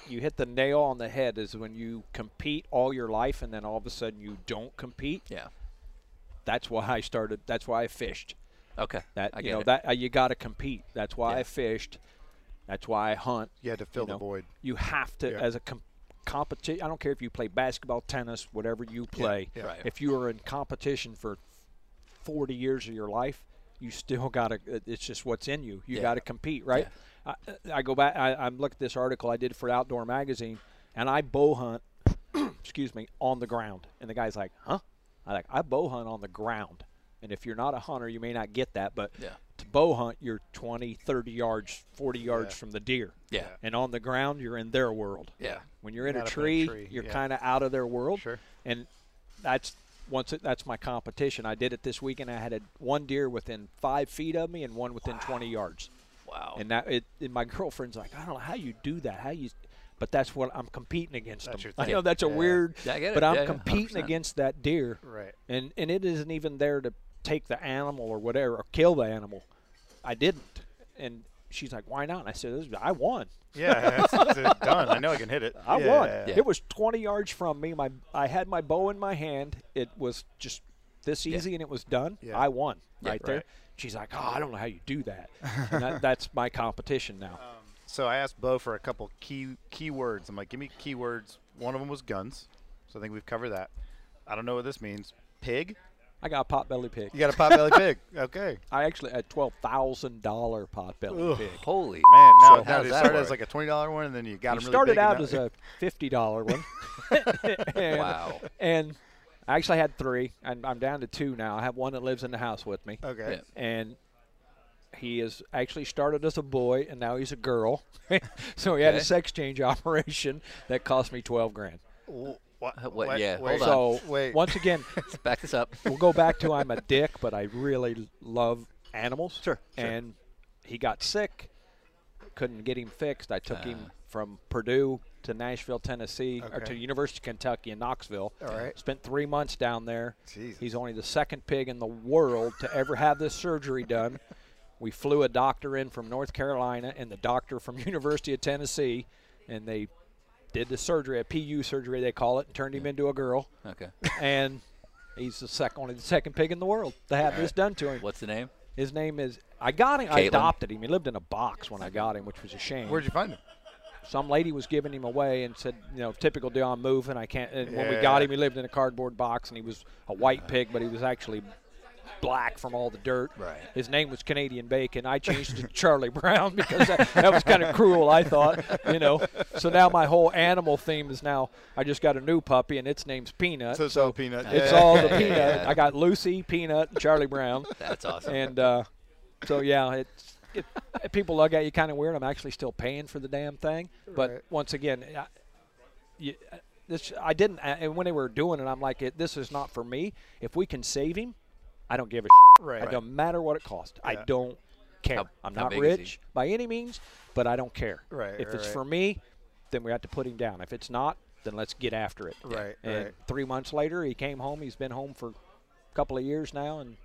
you hit the nail on the head is when you compete all your life and then all of a sudden you don't compete. yeah That's why I started. That's why I fished. okay That I you get know it. that uh, you got to compete. That's why Yeah. I fished. That's why I hunt. You had to fill the know. void. You have to Yeah. as a com- competition. I don't care if you play basketball, tennis, whatever you play. yeah. Right. If you are in competition for 40 years of your life, you still gotta. it- It's just what's in you. You Yeah. gotta compete, right? I, I go back. I, I'm looking at this article I did for Outdoor Magazine, and I bow hunt. [CLEARS THROAT] excuse me, on the ground, and the guy's like, "Huh?" I like I bow hunt on the ground, and if you're not a hunter, you may not get that, but Yeah. to bow hunt, you're 20, 30 yards, 40 yards from the deer. Yeah. And on the ground, you're in their world. Yeah. When you're in a Not up in a tree, tree, you're yeah. kind of out of their world. Sure. And that's once it, that's my competition. I did it this weekend. I had a, one deer within five feet of me and one within 20 yards. wow [LAUGHS] And that it, and my girlfriend's like, I don't know how you do that. How you but that's what I'm competing against That's them. your I know that's a weird, Yeah, I get it. but I'm Yeah, yeah, competing 100%. against that deer, Right. and and it isn't even there to take the animal or whatever or kill the animal. I didn't, and she's like, "Why not?" And I said, this is- "I won. Yeah, it's, it's done. I know I can hit it. [LAUGHS] I yeah. won. Yeah. It was 20 yards from me. My I had my bow in my hand. It was just this easy, and it was done. Yeah. I won right, there." Right. She's like, "Oh, I don't know how you do that." and that that's my competition now. [LAUGHS] So I asked Bo for a couple key keywords. I'm like, give me keywords. One of them was guns, so I think we've covered that. I don't know what this means. Pig? I got a potbelly pig. You got a potbelly [LAUGHS] pig? Okay, I actually had twelve thousand dollar potbelly Ugh. pig. Holy man. Now, So now how's they that started work? as like a twenty dollar one, and then you got You them. started really big and out now- as a fifty dollar one. and, Wow. And I actually had three, and I'm down to two now. I have one that lives in the house with me, [LAUGHS] okay. Yeah. and he is actually started as a boy, and now he's a girl. [LAUGHS] so he had a Okay. sex change operation that cost me twelve grand. Wh- What, What- yeah, Wait, hold on. So wait. once [LAUGHS] again, Back this up. we'll go back to I'm a dick, but I really love animals. Sure. And he got sick, couldn't get him fixed. I took him from Purdue to Nashville, Tennessee, or to Ah. Okay. University of Kentucky in Knoxville. All right. Spent three months down there. Jesus. He's only the second pig in the world to ever have this surgery done. We flew a doctor in from North Carolina and the doctor from [LAUGHS] University of Tennessee, and they did the surgery, a PU surgery they call it, and turned him into a girl Okay. and he's the sec- only the second pig in the world to have this done to him. What's the name? His name is I got him. I Caitlin. adopted him. He lived in a box when I got him, which was a shame. Where'd you [LAUGHS] find him? Some lady was giving him away and said, you know, typical Dion move, and I can't. And when we got Yeah. him, he lived in a cardboard box, and he was a white pig, but he was actually black from all the dirt. Right. His name was Canadian Bacon. I changed it to Charlie Brown [LAUGHS] because that, that was kind of cruel, I thought, you know. So now my whole animal theme is now I just got a new puppy, and its name's Peanut. So it's all peanut. It's Yeah. all [LAUGHS] the Yeah, peanut. yeah. I got Lucy, Peanut, and Charlie Brown, That's awesome. and uh, so yeah, it's it, people look at you kind of weird. I'm actually still paying for the damn thing, but Right. once again, I, you, uh, this I didn't. I, and when they were doing it, I'm like, it, this is not for me. If we can save him, I don't give a shit. Right. It doesn't matter what it costs. I Yeah. don't care. How- I'm how not big is he? rich by any means, but I don't care. Right, If right, it's right. for me, then we have to put him down. If it's not, then let's get after it. Right, And right. three months later, he came home. He's been home for a couple of years now, and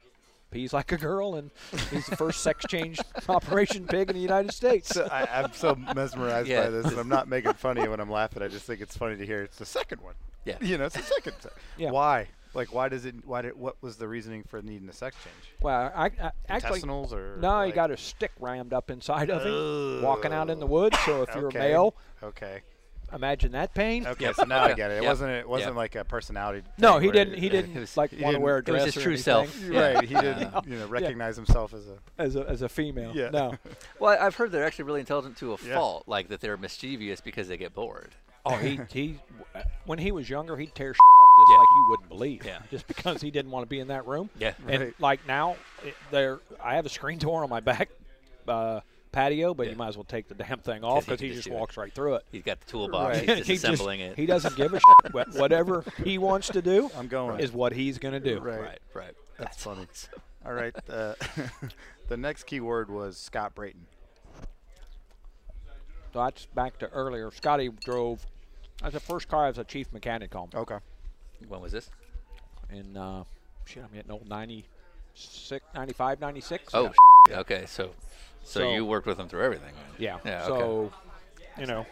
he's like a girl, and he's the first sex [LAUGHS] change operation pig in the United States. So I, I'm so mesmerized Yeah. by this, and I'm not making funny when I'm laughing. I just think it's funny to hear. It's the second one. Yeah. You know, it's the second. se- Yeah. Why? Like, why does it? Why did? What was the reasoning for needing a sex change? well, I, I actually. Intestinals or? No, he like- got a stick rammed up inside of him, walking out in the woods. So if you're okay. a male, Okay. imagine that pain. Okay. Yep. So now I Yeah. get it. It Yeah. wasn't. It wasn't Yeah. like a personality. No, thing he where didn't. He it- didn't It was- like he want to didn't- [LAUGHS] wear a it was dress. his or true anything self. You're Yeah. Right. [LAUGHS] He didn't. You know, recognize himself as a. as a as a female. Yeah. No. Well, I- I've heard they're actually really intelligent to a Yeah. fault, like that they're mischievous because they get bored. Oh, [LAUGHS] he he. When he was younger, he'd tear shit up just Yeah. like you wouldn't believe. Yeah. [LAUGHS] Just because he didn't want to be in that room. Yeah. And Right. like now, it, there I have a screen door on my back [LAUGHS] uh, patio, but you might as well take the damn thing off 'Cause he because can he just just do it. walks right [LAUGHS] through it. He's got the [LAUGHS] toolbox. He He's just- disassembling it. He doesn't give [LAUGHS] a shit. Wha- Whatever he wants to do, [LAUGHS] I'm going. is what he's going to do. Right. Right, right. That's, funny. All right. Uh, [LAUGHS] the next key word was Scott Brayton. So that's back to earlier. Scotty drove. That's the first car I was a chief mechanic on. Okay. When was this? And uh, shit, I'm getting old. 96, 95, 96. Oh, Yeah. sh- okay. So, so, So- you worked with him through everything. then? Yeah. Yeah. so, okay. you know,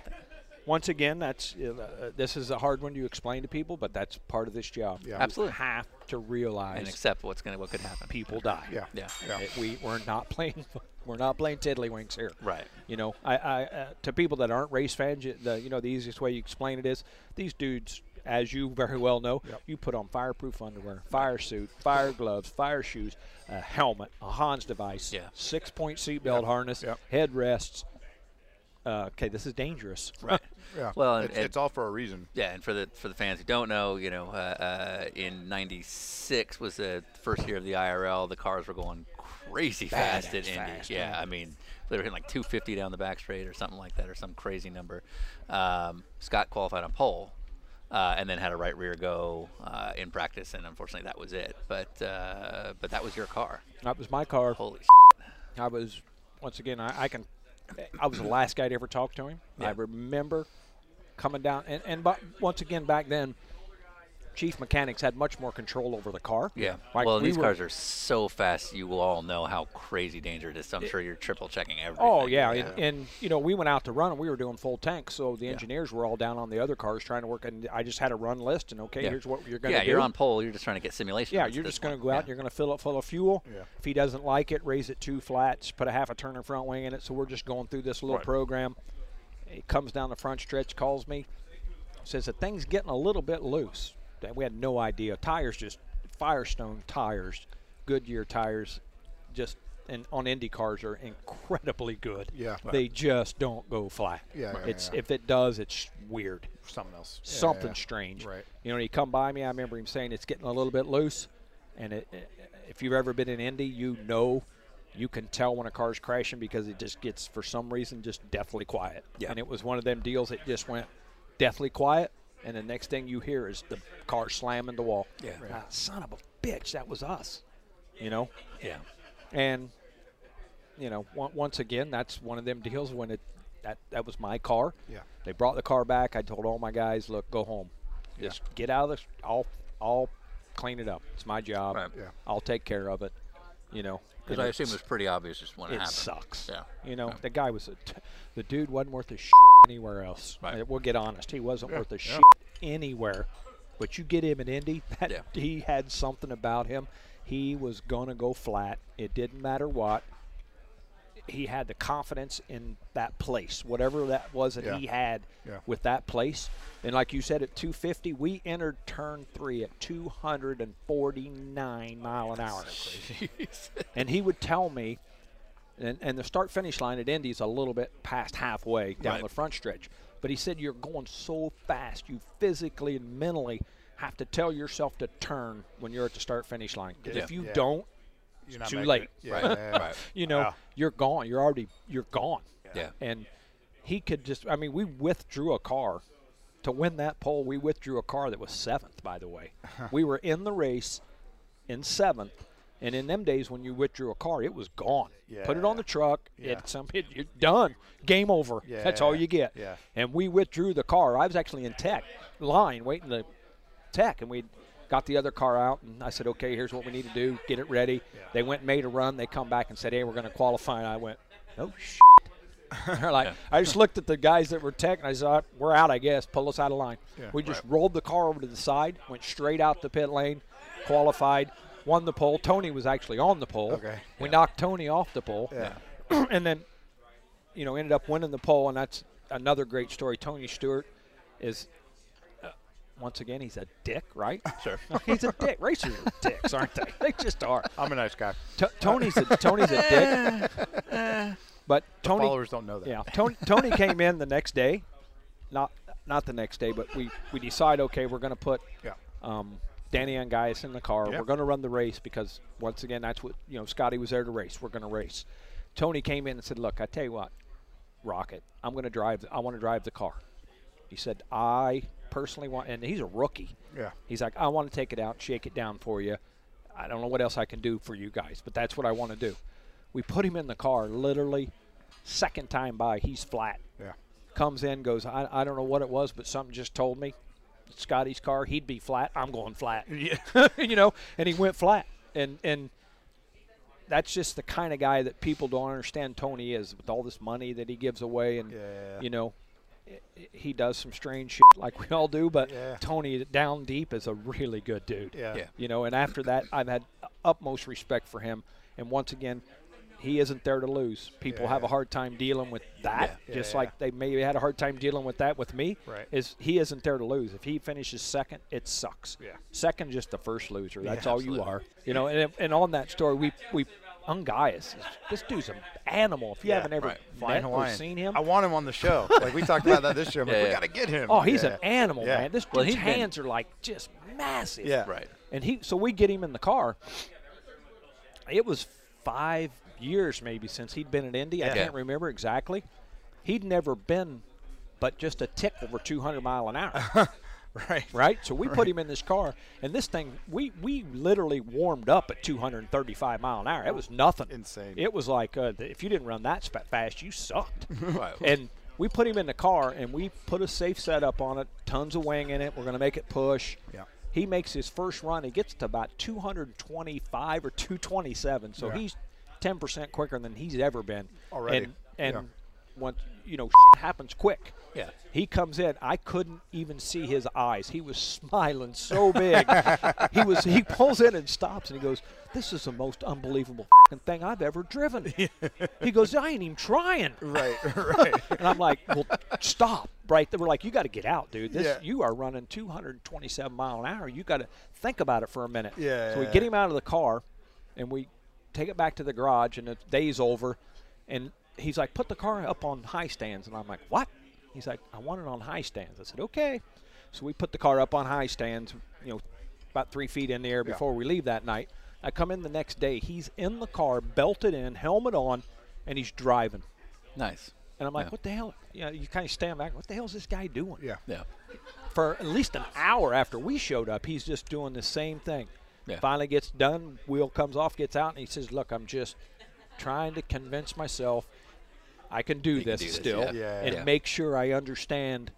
once again, that's uh, uh, this is a hard one to explain to people, but that's part of this job. Yeah. You Absolutely. have to and realize accept what's gonna what could happen. people die. Yeah. Yeah. Yeah. It- we we're not playing [LAUGHS] we're not playing tiddlywinks here. Right. You know, I, I uh, to people that aren't race fans, you- the you know the easiest way you explain it is these dudes, as you very well know, you put on fireproof underwear, fire suit, fire gloves, fire shoes, a helmet, a Hans device, Yeah. six point seatbelt harness, Yep. headrests. Uh, okay, this is dangerous. Right. Yeah. Well, and- it's, and- it's all for a reason. Yeah, and for the for the fans who don't know, you know, uh, uh, in '96 was the first year of the IRL. The cars were going crazy fast at Badass Indy. fast, yeah, I mean, they were hitting like 250 down the back straight or something like that, or some crazy number. Um, Scott qualified on pole, uh, and then had a right rear go uh, in practice, and unfortunately that was it. But uh, but that was your car. [LAUGHS] that was my car. Holy. I was once again. I, I can. I was the last guy to ever talk to him. I remember coming down. And, and but once again, back then, chief mechanics had much more control over the car. Yeah. Like, well, we these were- cars are so fast. You will all know how crazy dangerous it is. I'm sure you're triple checking everything. Oh yeah, And, and you know we went out to run and we were doing full tank, so the engineers were all down on the other cars trying to work. And I just had a run list and okay, Yeah. here's what you're going to Yeah, do. you're on pole. You're just trying to get simulation. Yeah, points at you're this just going to point. go out. and Yeah. You're going to fill it full of fuel. If he doesn't like it, raise it two flats, put a half a turn and front wing in it. So we're just going through this little program. He comes down the front stretch, calls me, says the thing's getting a little bit loose. That we had no idea. Tires just Firestone tires, Goodyear tires, just and on Indy cars are incredibly good. Yeah. Right. they just don't go flat. Yeah, yeah, it's yeah. if it does, it's weird Something else. Yeah, something yeah. strange. Right. You know, when he come by me, I remember him saying it's getting a little bit loose. And it, it- if you've ever been in Indy, you know, you can tell when a car's crashing because it just gets, for some reason, just deathly quiet. Yeah. And it was one of them deals that just went deathly quiet. And the next thing you hear is the car slamming the wall. Yeah. Right. Ah, son of a bitch, that was us. You know? Yeah. And you know, on- once again, that's one of them deals when it that that was my car. Yeah. They brought the car back. I told all my guys, look, go home. Just get out of this. I'll I'll clean it up. It's my job. Right. Yeah. I'll take care of it. You know, Because and I it assume it's pretty obvious just when it, it happened. sucks. Yeah. You know, the guy was a t- the dude wasn't worth a shit anywhere else. Right. Uh, We'll get honest. He wasn't worth a shit anywhere. But you get him in Indy, [LAUGHS] that Yeah. he had something about him. He was gonna go flat. It didn't matter what. He had the confidence in that place, whatever that was that Yeah. he had Yeah. with that place. And like you said, at 250, we entered turn three at 249 mile an hour and he would tell me and, and the start finish line at Indy is a little bit past halfway down Right. the front stretch. But he said you're going so fast, you physically and mentally have to tell yourself to turn when you're at the start finish line. 'Cause Yeah. if you Yeah. don't, You're not too making late. it. Yeah, Right. yeah, yeah. Right. you know, you're gone. You're already you're gone. Yeah. And he could just I mean, we withdrew a car. To win that pole, we withdrew a car that was seventh, by the way. we were in the race in seventh. And in them days, when you withdrew a car, it was gone. Put it on the truck. It, some, it, [LAUGHS] you're done. Game over. That's all you get. yeah. And we withdrew the car. I was actually in tech line waiting to tech, and we got the other car out. And I said, "Okay, here's what we need to do. Get it ready." They went and made a run. They come back and said, "Hey, we're going to qualify." And I went, "Oh shit!" [LAUGHS] They're like, I just looked at the guys that were tech, and I said, "All right, "We're out, I guess. Pull us out of line." Yeah. we just rolled the car over to the side, went straight out the pit lane, qualified, won the pole. Tony was actually on the pole. Okay. We knocked Tony off the pole. Yeah. [CLEARS THROAT] and then you know ended up winning the poll and that's another great story tony stewart is uh, once again he's a dick [LAUGHS] right Sure. [LAUGHS] he's a dick racers are dicks aren't they they just are I'm a nice guy. T- tony's a tony's a dick [LAUGHS] but tony Followers don't know that. [LAUGHS] yeah tony, tony came in the next day not not the next day but we we decide okay we're going to put Yeah. um, Danny and Gaius in the car. Yeah. We're going to run the race because once again, that's what you know. Scotty was there to race. We're going to race. Tony came in and said, "Look, I tell you what, Rocket, I'm going to drive. I want to drive the car." He said, "I personally want," and he's a rookie. Yeah. He's like, "I want to take it out, shake it down for you. I don't know what else I can do for you guys, but that's what I want to do." We put him in the car. Literally, second time by, he's flat Yeah. comes in, goes, I, I don't know what it was, but something just told me Scotty's car, he'd be flat. I'm going flat. [LAUGHS] you know, and he went flat. And and that's just the kind of guy that people don't understand Tony is with all this money that he gives away and Yeah. you know i- i- he does some strange shit like we all do, but Yeah. Tony down deep is a really good dude Yeah. Yeah. you know. And after that, I've had utmost respect for him. And once again, he isn't there to lose. People have a hard time dealing with that, Yeah. just Yeah, like they maybe had a hard time dealing with that with me. Right. Is he isn't there to lose? If he finishes second, it sucks. Yeah. Second, just the first loser. That's Yeah, all you absolutely. are. You know. And, and on that story, we we. Unguias, this dude's an animal. If you haven't ever right. met or Hawaiian. seen him, I want him on the [LAUGHS] show. Like we talked about that this year. I'm like, Yeah, we yeah. gotta get him. oh, he's yeah. an animal, Yeah. man. This Well, dude's he's been- hands are like just massive. Yeah. Right. And he, so we get him in the car. It was five years maybe since he'd been at Indy. I Yeah. can't remember exactly. He'd never been, but just a tick over 200 mile an hour, [LAUGHS] Right. right? So we put him in this car, and this thing, we we literally warmed up at 235 mile an hour. It was nothing. Insane. It was like uh, th- if you didn't run that sp- fast, you sucked. Right. and We put him in the car and we put a safe setup on it, tons of wing in it. We're going to make it push. Yeah. He makes his first run. He gets to about 225 or 227. So he's 10% quicker than he's ever been. Already. And, and Yeah. once, you know, happens quick. Yeah. He comes in. I couldn't even see his eyes. He was smiling so big. he was. He pulls in and stops, and he goes, "This is the most unbelievable fing thing I've ever [LAUGHS] driven." he goes, "I ain't even trying." [LAUGHS] [LAUGHS] Right, right. And I'm like, "Well, stop!" Right? They were like, "You got to get out, dude. This Yeah. you are running 227 mile an hour. You got to think about it for a minute." Yeah, So yeah, we get yeah. him out of the car, and we take it back to the garage, and the day's over, and he's like, "Put the car up on high stands," and I'm like, "What?" He's like, "I want it on high stands." I said, "Okay." So we put the car up on high stands, you know, about three feet in the air before we leave that night. I come in the next day. He's in the car, belted in, helmet on, and he's driving. Nice. And I'm like, Yeah. what the hell? You, know, you kind of stand back. What the hell is this guy doing? Yeah. Yeah. For at least an hour after we showed up, he's just doing the same thing. Yeah. Finally gets done, wheel comes off, gets out, and he says, look, I'm just trying to convince myself I can do, this, do this, still yeah. Yeah, and yeah. make sure I understand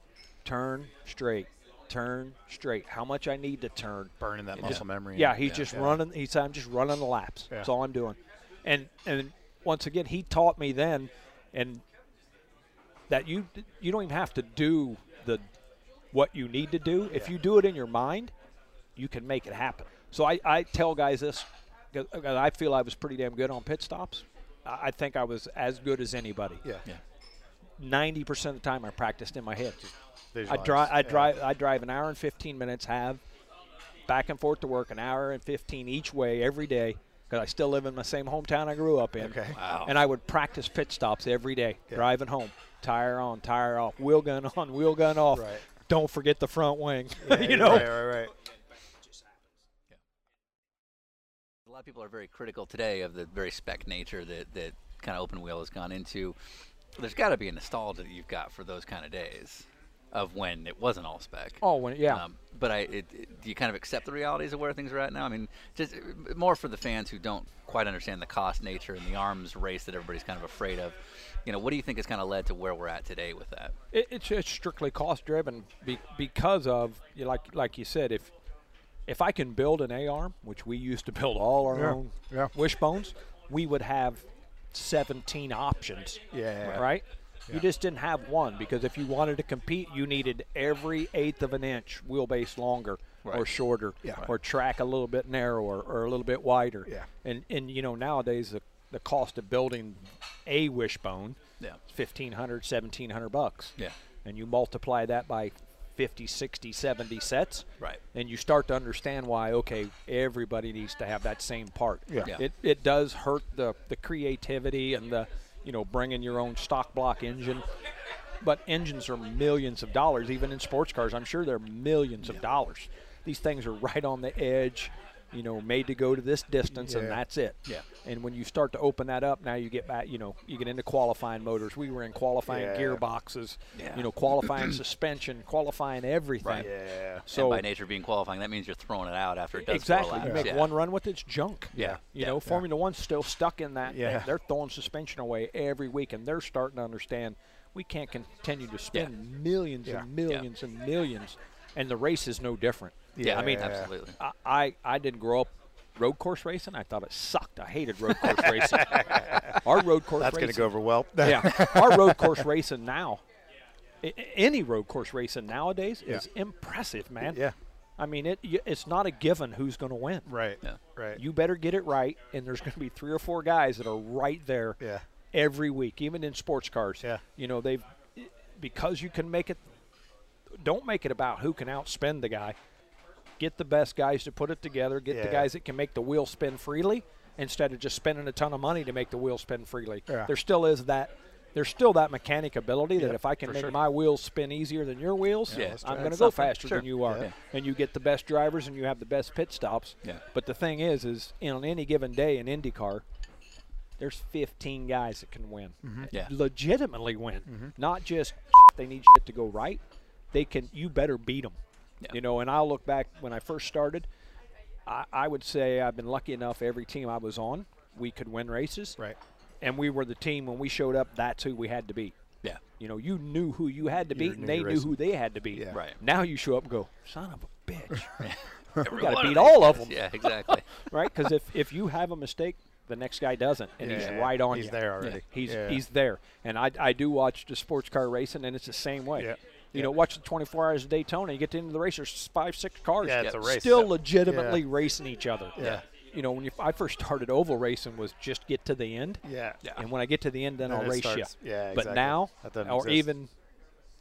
turn straight, turn straight, how much I need to turn. burning that muscle memory. Yeah, he's just yeah. running. He's I'm just running the laps. That's Yeah. all I'm doing. And and once again, he taught me then, and that you you don't even have to do the what you need to do. If you do it in your mind, you can make it happen. So I, I tell guys this because I feel I was pretty damn good on pit stops. I I think I was as good as anybody. Yeah. Yeah. Ninety percent of the time, I practiced in my head. I Visualize. drive. I [LAUGHS] drive. I drive an hour and fifteen minutes. Have back and forth to work an hour and fifteen each way every day because I still live in my same hometown I grew up in. Okay. Wow. And I would practice pit stops every day, driving home, tire on, tire off, wheel gun on, wheel gun off. Right. Don't forget the front wing. [LAUGHS] Yeah, you know. Right, right, right. A lot of people are very critical today of the very spec nature that that kind of open wheel has gone into. There's got to be a nostalgia that you've got for those kind of days of when it wasn't all spec. Oh, when, yeah. Um, but I, it, it- do you kind of accept the realities of where things are at now? I mean, just uh, more for the fans who don't quite understand the cost nature and the arms race that everybody's kind of afraid of. You know, what do you think has kind of led to where we're at today with that? It, it's, it's strictly cost driven be, because of you know, like like you said if if I can build an A arm, which we used to build all our Yeah, own yeah. wishbones, we would have 17 options. Yeah. Right? You just didn't have one because if you wanted to compete, you needed every eighth of an inch wheelbase longer or Right. shorter Yeah. or track a little bit narrower or a little bit wider. Yeah. And and you know nowadays the, the cost of building a wishbone Yeah. 1500 1700 bucks Yeah. and you multiply that by 50 60 70 sets Right. and you start to understand why okay everybody needs to have that same part Yeah. Yeah. it it does hurt the the creativity and the you know bringing your own stock block engine but engines are millions of dollars even in sports cars i'm sure they're millions of dollars these things are right on the edge you know made to go to this distance and Yeah. that's it Yeah. and when you start to open that up now you get back you know you get into qualifying motors we were in qualifying Yeah. gearboxes Yeah. you know qualifying [COUGHS] suspension qualifying everything Right. Yeah. so and by nature being qualifying, that means you're throwing it out after it does four exactly laps. you make Yeah. one run with it's junk Yeah. you know, Formula One's still stuck in that. Yeah. Thing. They're throwing suspension away every week, and they're starting to understand we can't continue to spend millions Yeah. and millions and millions, and the race is no different. Yeah, I mean, absolutely. I, I, I didn't grow up road course racing. I thought it sucked. I hated road course [LAUGHS] racing. Our road course That's racing going to go over well. [LAUGHS] yeah, [LAUGHS] our road course racing now, i- i- any road course racing nowadays is impressive, man. Yeah. I mean it. y- It's not a given who's going to win. Right. Yeah. Right. You better get it right, and there's going to be three or four guys that are right there. Yeah. Every week, even in sports cars. Yeah. You know they've because you can make it. Don't make it about who can outspend the guy. Get the best guys to put it together. Get the Yeah. guys that can make the wheel spin freely instead of just spending a ton of money to make the wheel spin freely. Yeah. There still is that. There's still that mechanic ability that if I can make my wheels spin easier than your wheels, Yeah, let's I'm try going to it. go Something. faster Sure. than you are, Yeah. and you get the best drivers and you have the best pit stops. Yeah. But the thing is, is on any given day in IndyCar, there's 15 guys that can win, Yeah. legitimately win, Mm-hmm. not just they need shit to go right. They can. You better beat them. Yeah. You know, and I'll look back when I first started. I, I would say I've been lucky enough. Every team I was on, we could win races. Right. And we were the team when we showed up. That's who we had to beat. [LAUGHS] Yeah. You know, you knew who you had to beat, and knew they your knew racing. who they had to beat. Yeah. Right. Now you show up and go, son of a [LAUGHS] bitch, Every gotta one beat these all of guys. 'em. Yeah, [LAUGHS] exactly. right? Because if, if you have a mistake, the next guy doesn't, and he's Yeah, right on he's you. there already. Yeah, He's Yeah. he's there, and I, I do watch the sports car racing, and it's the same way. Yeah. You know, watch the 24 hours of Daytona. You get to the end of the race, there's five, six cars Yeah, it's a race. still Yeah. legitimately racing each other. Yeah. You know, when you, I first started oval racing was just get to the end. Yeah. And when I get to the end, then, Then I'll it race starts- you. yeah, But exactly. now, That doesn't or exist. even,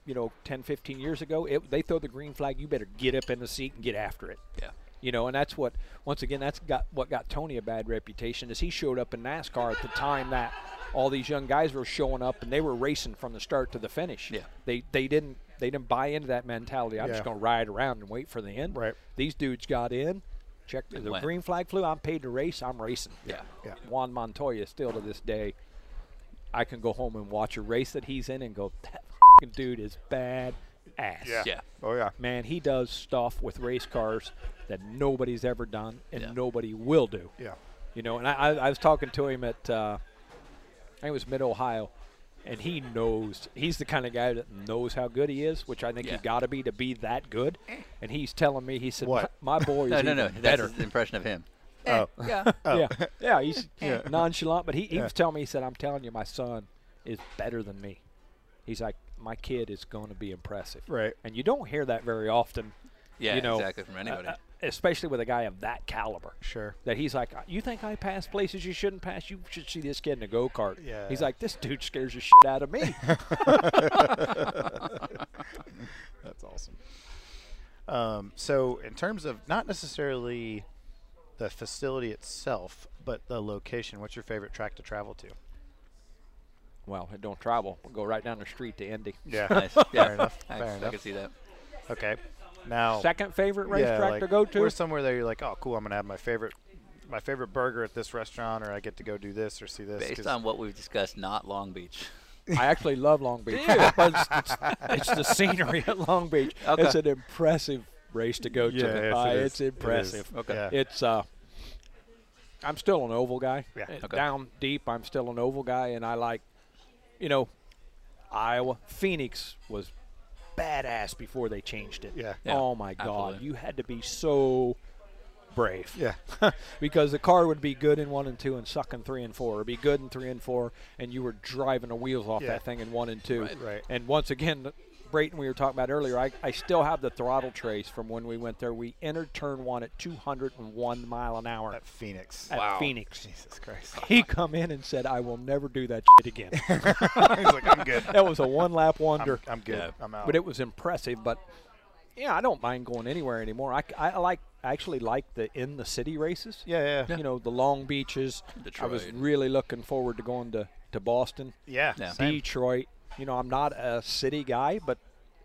you know, 10, 15 years ago, it, they throw the green flag. You better get up in the seat and get after it. Yeah. You know, and that's what once again that's got what got Tony a bad reputation is he showed up in NASCAR at the time that all these young guys were showing up and they were racing from the start to the finish. Yeah. They they didn't they didn't buy into that mentality. I'm Yeah. just gonna ride around and wait for the end. Right. These dudes got in, checked the went. green flag flew, I'm paid to race, I'm racing. Yeah. Yeah. Juan Montoya still to this day, I can go home and watch a race that he's in and go, That fing dude is bad ass Yeah. Oh yeah. man, he does stuff with race cars that nobody's ever done and Yeah. nobody will do. Yeah. You know, and I, I, I was talking to him at, uh, I think it was Mid Ohio, and he knows, he's the kind of guy that knows how good he is, which I think Yeah. you got to be to be that good. And he's telling me, he said, Eh. What? My, my boy is [LAUGHS] No, no, even no. That's better. the impression of him. [LAUGHS] Oh. Eh, Yeah. Yeah, yeah, [LAUGHS] he's nonchalant, but he, he was telling me, he said, I'm telling you, my son is better than me. He's like, my kid is going to be impressive. Right. And you don't hear that very often. Yeah, you know, exactly, from anybody. uh, especially with a guy of that caliber. Sure. That he's like, "Uh, you think I pass places you shouldn't pass? You should see this kid in a go kart. Yeah. He's like, this dude scares the shit out of [LAUGHS] me. [LAUGHS] That's awesome. Um, so, in terms of not necessarily the facility itself, but the location, what's your favorite track to travel to? well, don't travel. We'll go right down the street to Indy. Yeah. Nice. Yeah. [LAUGHS] Fair enough. I, Fair I enough. can see that. Okay. Now, Second favorite yeah, racetrack like, to go to? We're somewhere there. You're like, oh, cool. I'm gonna have my favorite, my favorite burger at this restaurant, or I get to go do this or see this. Based 'cause- on what we've discussed, not Long Beach. I actually love Long Beach. but [LAUGHS] it's, it's- it's the scenery at Long Beach. Okay. It's an impressive race to go to. Yeah, yes, Uh, it is. it's It is. impressive. Okay. Yeah. It's uh I'm still an oval guy. Yeah, Uh, okay. Down deep, I'm still an oval guy and I like you know Iowa Phoenix was badass before they changed it. Yeah. Yeah, oh my god, absolutely. you had to be so brave yeah, [LAUGHS] because the car would be good in one and two and sucking three and four, or be good in three and four, and you were driving the wheels off Yeah. that thing in one and two. Right. Right. And once again, the- Brayton, we were talking about earlier, I, I still have the throttle trace from when we went there. We entered turn one at 201 mile an hour at Phoenix. at Phoenix. Jesus Christ. He come in and said, "I will never do that shit again." [LAUGHS] He's like, I'm good. that was a one lap wonder. I'm, I'm good. Yeah. I'm out. But it was impressive. But yeah, I don't mind going anywhere anymore. I, c- I like I actually like the in the city races. yeah, yeah, yeah. You know the Long Beaches. I was Detroit. really looking forward to going to to Boston, Yeah. same. Detroit. You know I'm not a city guy, but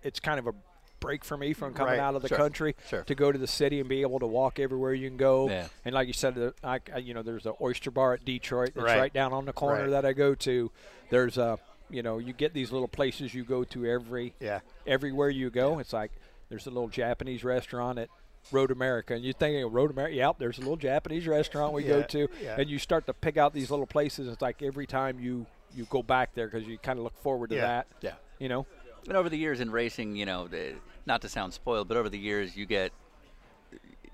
it's kind of a break for me from coming Right. out of the Sure. country Sure. to go to the city and be able to walk everywhere you can go. Yeah. And like you said, the- I, I- you know there's an oyster bar at Detroit. That's Right. right, down on the corner Right. that I go to. There's a you know you get these little places you go to every Yeah. everywhere you go. It's like there's a little Japanese restaurant at Road America, and you're thinking of Road America. Yep, there's a little Japanese restaurant we go Yeah, to, yeah. and you start to pick out these little places. It's like every time you you go back there because you kind of look forward to Yeah, that. yeah. you know. But over the years in racing, you know, the, not to sound spoiled, but over the years you get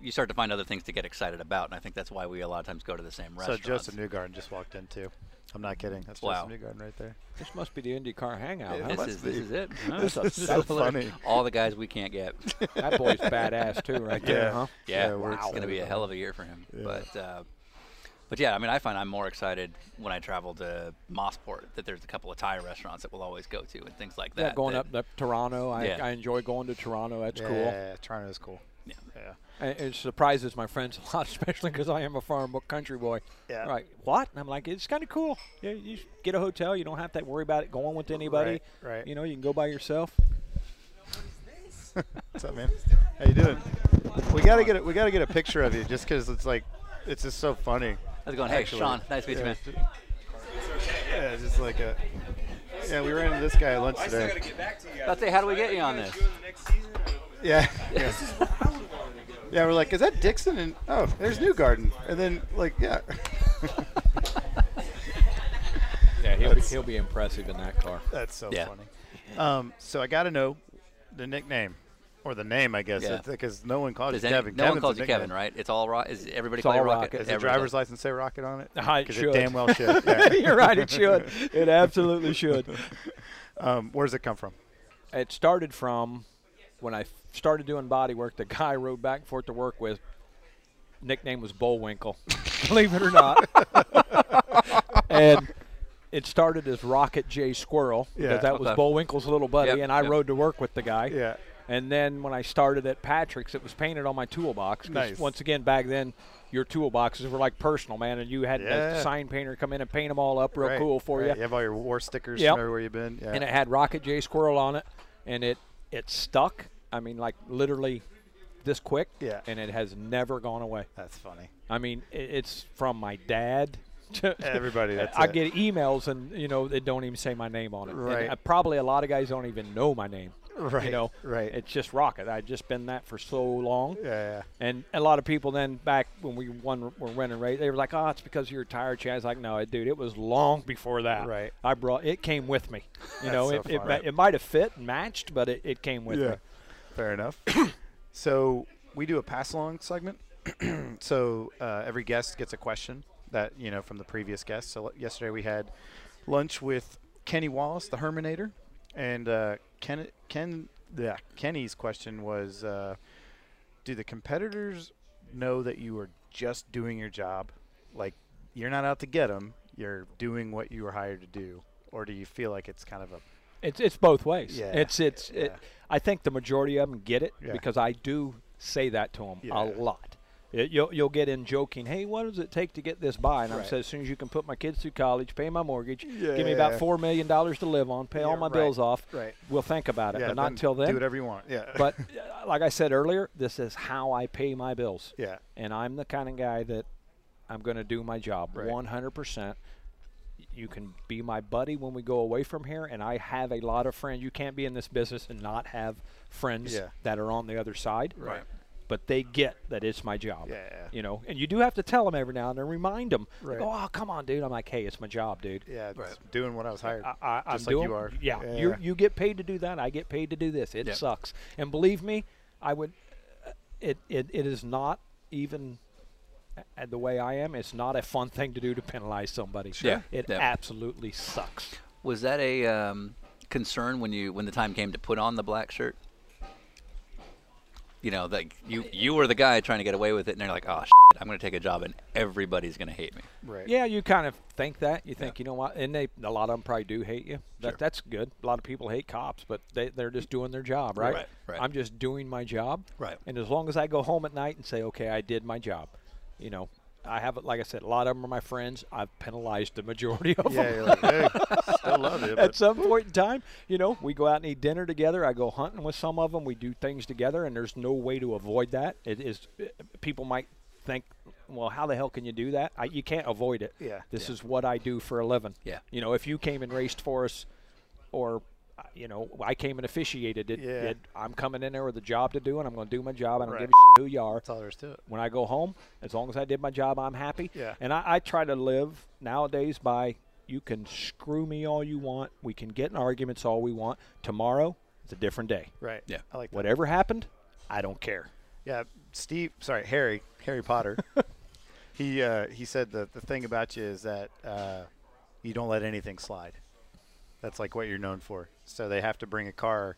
you start to find other things to get excited about, and I think that's why we a lot of times go to the same So restaurants. Joseph Newgarden just walked in too. I'm not kidding. That's Wow. Joseph Newgarden right there. This must be the IndyCar hangout. huh? this must is this be. [LAUGHS] is it. This That's is so absolutely- funny. All the guys we can't get. That boy's badass too, right there, huh? Yeah, Yeah, we're it's going to excited be a about hell of a year for him. But uh, but yeah, I mean, I find I'm more excited when I travel to Mossport that there's a couple of Thai restaurants that we'll always go to and things like that. Yeah, going that- up to Toronto. I, Yeah. I enjoy going to Toronto. That's yeah, cool. Yeah, Toronto is cool. Yeah. [LAUGHS] Yeah. And it surprises my friends [LAUGHS] a lot, especially because I am a farm book country boy. Yeah. They're Like what? And I'm like, it's kind of cool. Yeah, you just get a hotel. You don't have to worry about it going with anybody. Right, right. You know, you can go by yourself. What's up, man? How you doing? We gotta get a, we gotta get a picture of you just because it's like it's just so funny. How's it going? Hey, Actually, Sean. Nice to meet you, yeah, man. it's ju- Yeah, it's just like a. Yeah, we ran into this guy at lunch today. Let's say, how do we get you on this? [LAUGHS] Yeah. Yeah. yeah, we're like, is that Dixon? And oh, there's Newgarden. And then like, yeah. Yeah, he'll That's Yes. He'll be impressive in that car. [LAUGHS] That's so Yeah. funny. Um, so I got to know the nickname or the name, I guess, Yeah. because no one calls you Does any- Kevin. no Kevin's one a calls you nickname. Kevin, right? It's all Rocket. Is everybody It's call you all Rocket? Rocket. Does the Everyone driver's does. license say rocket [LAUGHS] on it? Ah, it 'Cause should. damn well should. [LAUGHS] [LAUGHS] Yeah. You're right. It should. It absolutely should. um, where does it come from? It started from when I started doing body work. The guy I rode back and forth to work with, nickname was Bullwinkle. [LAUGHS] Believe it or [LAUGHS] not. and it started as Rocket J Squirrel because Yeah. that was Okay. Bullwinkle's little buddy, Yep, and I yep. rode to work with the guy. Yeah. And then when I started at Patrick's, it was painted on my toolbox. 'cause Nice. Once again, back then, your toolboxes were like personal, man, and you had Yeah. a sign painter come in and paint them all up real Right, cool for right. you You have all your war stickers Yep. from everywhere you've been. Yeah. and it had Rocket J Squirrel on it, and it it stuck. I mean, like literally this quick, Yeah. and it has never gone away. That's funny. I mean, i it's from my dad. [LAUGHS] to- Everybody, that's I it. get emails, and you know they don't even say my name on it. And, Right. uh, probably a lot of guys don't even know my name. Right, You know, right. It's just Rocket. I've just been that for so long. Yeah, yeah. And a lot of people then back when we won, were winning, right? They were like, "Oh, it's because you're tired, Chad." I was like, "No, it- dude, it was long before that. Right. I brought it came with me. You know, so it, it, funny. ma- it might have fit and matched, but it, it came with yeah. me. Fair enough. so we do a pass along segment. [CLEARS THROAT] so uh, every guest gets a question that you know from the previous guest. So like, yesterday we had lunch with Kenny Wallace, the Herminator, and uh, Ken Ken yeah, Kenny's question was, uh, do the competitors know that you are just doing your job, like you're not out to get them, you're doing what you were hired to do, or do you feel like it's kind of a It's it's both ways. Yeah, It's it's. It, yeah. I think the majority of them get it Yeah. because I do say that to them Yeah. a lot. It- you'll you'll get in joking. Hey, what does it take to get this by? And I'm Right. saying, as soon as you can put my kids through college, pay my mortgage, give me about Yeah. four million dollars to live on, pay all Yeah, my right, bills off. right. We'll think about it, yeah, but not till then. do whatever you want yeah but [LAUGHS] uh, like I said earlier, this is how I pay my bills. Yeah. And I'm the kind of guy that I'm going to do my job Right. 100%. You can be my buddy when we go away from here, and I have a lot of friends. You can't be in this business and not have friends Yeah. that are on the other side. Right. But they get that it's my job. Yeah. You know, and you do have to tell them every now and then, remind them. Right. Go, oh, come on, dude. I'm like, hey, it's my job, dude. Yeah, it's doing what I was hired. I, I, I'm just like doing. you are. Yeah, Yeah. you you get paid to do that. I get paid to do this. It sucks. And believe me, I would. It it, it is not even. uh, The way I am, it's not a fun thing to do to penalize somebody. Sure. Yeah. It Yeah. absolutely sucks. Was that a um, concern when you when the time came to put on the black shirt? You know, like you you were the guy trying to get away with it, and they're like, "Oh, shit, I'm going to take a job, and everybody's going to hate me." right. Yeah, you kind of think that. You think, you know what? And they a lot of them probably do hate you. That, That's good. A lot of people hate cops, but they, they're just doing their job, right? Right, right. I'm just doing my job. Right. And as long as I go home at night and say, okay, I did my job, you know, I have, like I said, a lot of them are my friends. I've penalized the majority of Yeah, them. you're [LAUGHS] like, hey, still love you. At But some point in time, you know, we go out and eat dinner together. I go hunting with some of them. We do things together, and there's no way to avoid that. It is people might think, well, how the hell can you do that? I, you can't avoid it. Yeah. This is what I do for a living. Yeah. You know, if you came and raced for us, or uh, you know, I came and officiated it. Yeah. it- I'm coming in there with a job to do, and I'm going to do my job. I don't Right. give a shit who you are that's all there is to it. when I go home, as long as I did my job, I'm happy. Yeah. And I, I try to live nowadays by you can screw me all you want. We can get in arguments all we want. Tomorrow is a different day. Right. Yeah. I like that. Whatever happened, I don't care. Yeah, Steve. Sorry, Harry. Harry [LAUGHS] Potter. he uh, he said the the thing about you is that uh, you don't let anything slide. That's like what you're known for. So they have to bring a car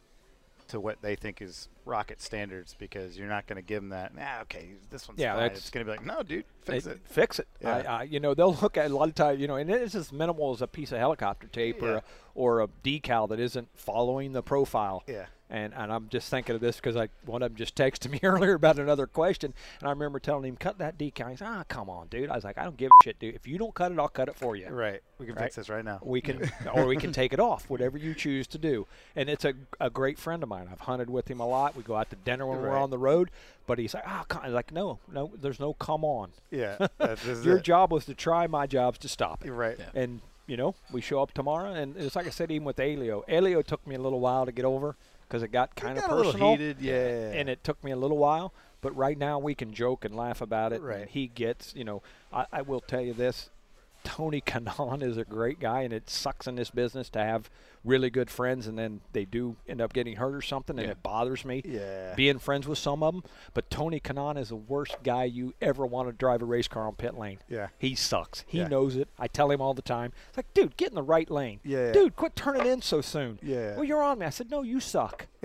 to what they think is rocket standards because you're not going to give them that. Nah, okay, this one's Yeah, fine." that's- It's going to be like, no, dude, fix They- it. Fix it. Yeah. I, I, you know, they'll look at a lot of times, you know, and it's as minimal as a piece of helicopter tape or, Yeah. a, or a decal that isn't following the profile. Yeah. And, and I'm just thinking of this because I one of them just texted [LAUGHS] me earlier about another question, and I remember telling him cut that decal. He's ah, come on, dude. I was like, I don't give a shit, dude. If you don't cut it, I'll cut it for you. Right. We can fix this right now. We [LAUGHS] can, or we can take it off, whatever you choose to do. And it's a, a great friend of mine. I've hunted with him a lot. We go out to dinner when we're Right. on the road, but he's like, ah, oh, like no, no, there's no come on. [LAUGHS] yeah. That's, this is Your it. job was to try. My job's to stop it. You're right. And you know, we show up tomorrow, and it's like I said, even with Elio, Elio took me a little while to get over because it got kind of got a little personal, heated, yeah. And it took me a little while, but right now we can joke and laugh about it. and Right. he gets, you know, I, I will tell you this. Tony [LAUGHS] Kanon is a great guy, and it sucks in this business to have really good friends, and then they do end up getting hurt or something, and it bothers me. Yeah. Being friends with some of them, but Tony Kanon is the worst guy you ever want to drive a race car on pit lane. Yeah. He sucks. He Yeah. knows it. I tell him all the time. It's like, dude, get in the right lane. Yeah. Dude, quit turning in so soon. Yeah. Well, you're on me. I said, no, you suck. [LAUGHS]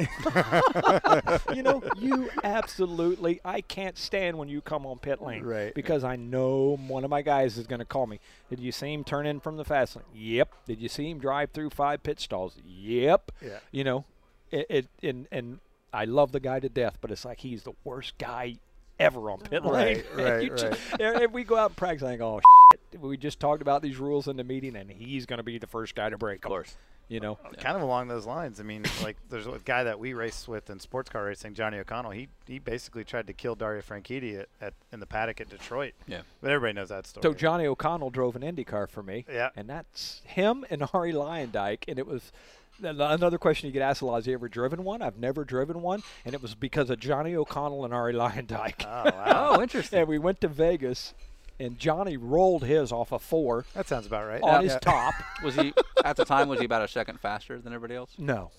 you know, you absolutely. I can't stand when you come on pit lane, Right. Because I know one of my guys is going to call me. Did you see him turn in from the fast lane? Yep. Did you see him drive through five pit stalls? Yep. Yeah. You know, it, it and and I love the guy to death, but it's like he's the worst guy ever on pit [LAUGHS] lane. Right, man. right, You ju- right. and and we go out and practice. I think, oh, [LAUGHS] shit. we just talked about these rules in the meeting, and he's going to be the first guy to break. Of course. You know. kind of along those lines. I mean, [LAUGHS] like there's a guy that we race with in sports car racing, Johnny O'Connell. He he basically tried to kill Dario Franchitti at, at in the paddock at Detroit. Yeah. but everybody knows that story. So Johnny O'Connell drove an Indy car for me. Yeah. And that's him and Ari Lyondike. And it was an- another question you get asked a lot is, you ever driven one? I've never driven one. And it was because of Johnny O'Connell and Ari Lyondike. Oh wow, Oh, interesting. and we went to Vegas, and Johnny rolled his off a four that sounds about right. on his [LAUGHS] top. Was he at the time? Was he about a second faster than everybody else? No.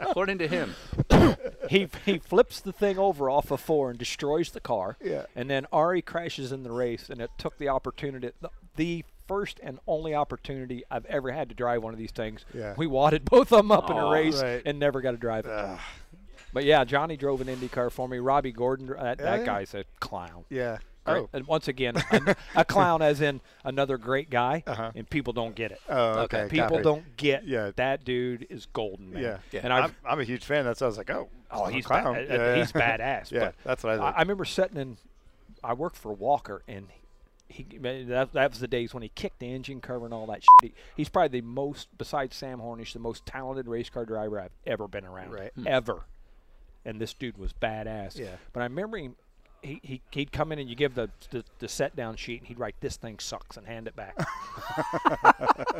According to him, he [LAUGHS] he flips the thing over off of four and destroys the car. Yeah. And then Ari crashes in the race, and it took the opportunity, the, the first and only opportunity I've ever had to drive one of these things. Yeah. We wadded [LAUGHS] both of them up in a Aw. race Right. and never got to drive it. But yeah, Johnny drove an Indy car for me. Robbie Gordon, dr- that, that yeah. guy's a clown. Yeah. Great- Oh. And once [LAUGHS] again, a, a clown as in another great guy, and people don't get it. Uh-huh. Oh, okay. People copy. don't get Yeah. that dude is golden, man. Yeah. Yeah. And I've, I'm, I'm a huge fan. That's why I was like, oh, Oh, I'm a he's clown. bad, Yeah, yeah. [LAUGHS] he's badass. Yeah, but that's what I think. I, remember sitting in. I worked for Walker, and he man, that, that was the days when he kicked the engine cover and all that shit. He, he's probably the most, besides Sam Hornish, the most talented race car driver I've ever been around, Right. Ever. And this dude was badass. Yeah. But I remember him. He, he, he'd come in and you give the, the, the set down sheet and he'd write this thing sucks and hand it [LAUGHS] back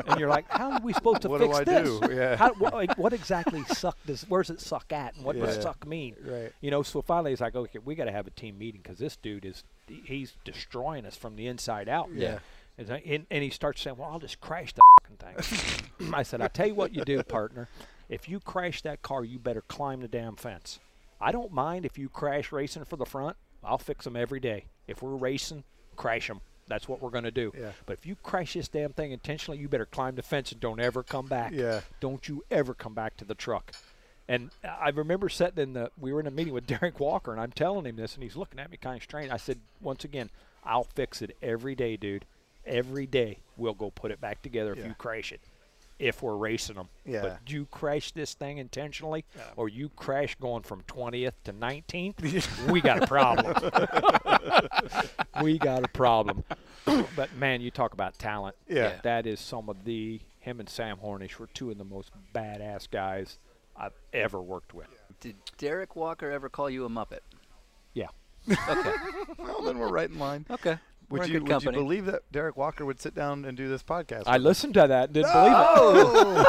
and you're like how are we supposed to What do fix I this do? Yeah. How- wha- like, what exactly suck does where's it suck at and what Yeah. does suck mean Right. you know so finally it's like okay we got to have a team meeting because this dude is he- he's destroying us from the inside out Yeah. and, I- and, and he starts saying well i'll just crash the fucking [LAUGHS] thing i said i tell you what you do partner if you crash that car you better climb the damn fence i don't mind if you crash racing for the front i'll fix them every day if we're racing crash them that's what we're going to do Yeah. but if you crash this damn thing intentionally you better climb the fence and don't ever come back Yeah. don't you ever come back to the truck. And I remember sitting in the, we were in a meeting with [LAUGHS] Derek Walker, and I'm telling him this, and he's looking at me kind of strange. I said, once again, I'll fix it every day, dude. Every day we'll go put it back together if Yeah. you crash it, if we're racing them. Yeah. But you crash this thing intentionally, or you crash going from 20th to [LAUGHS] 19th, we got a problem. we got a problem. [COUGHS] but man, you talk about talent. Yeah. That is some of the him and Sam Hornish were two of the most badass guys I've ever worked with. did Derek Walker ever call you a muppet? Yeah. Okay, well, oh, then we're right in line. okay. We're Would in you, good would you company. believe that Derek Walker would sit down and do this podcast? [LAUGHS] Oh. I listened to that and didn't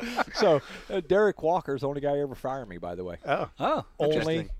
believe it. so uh, Derek Walker's the only guy who ever fired me, by the way. oh, oh, Only interesting.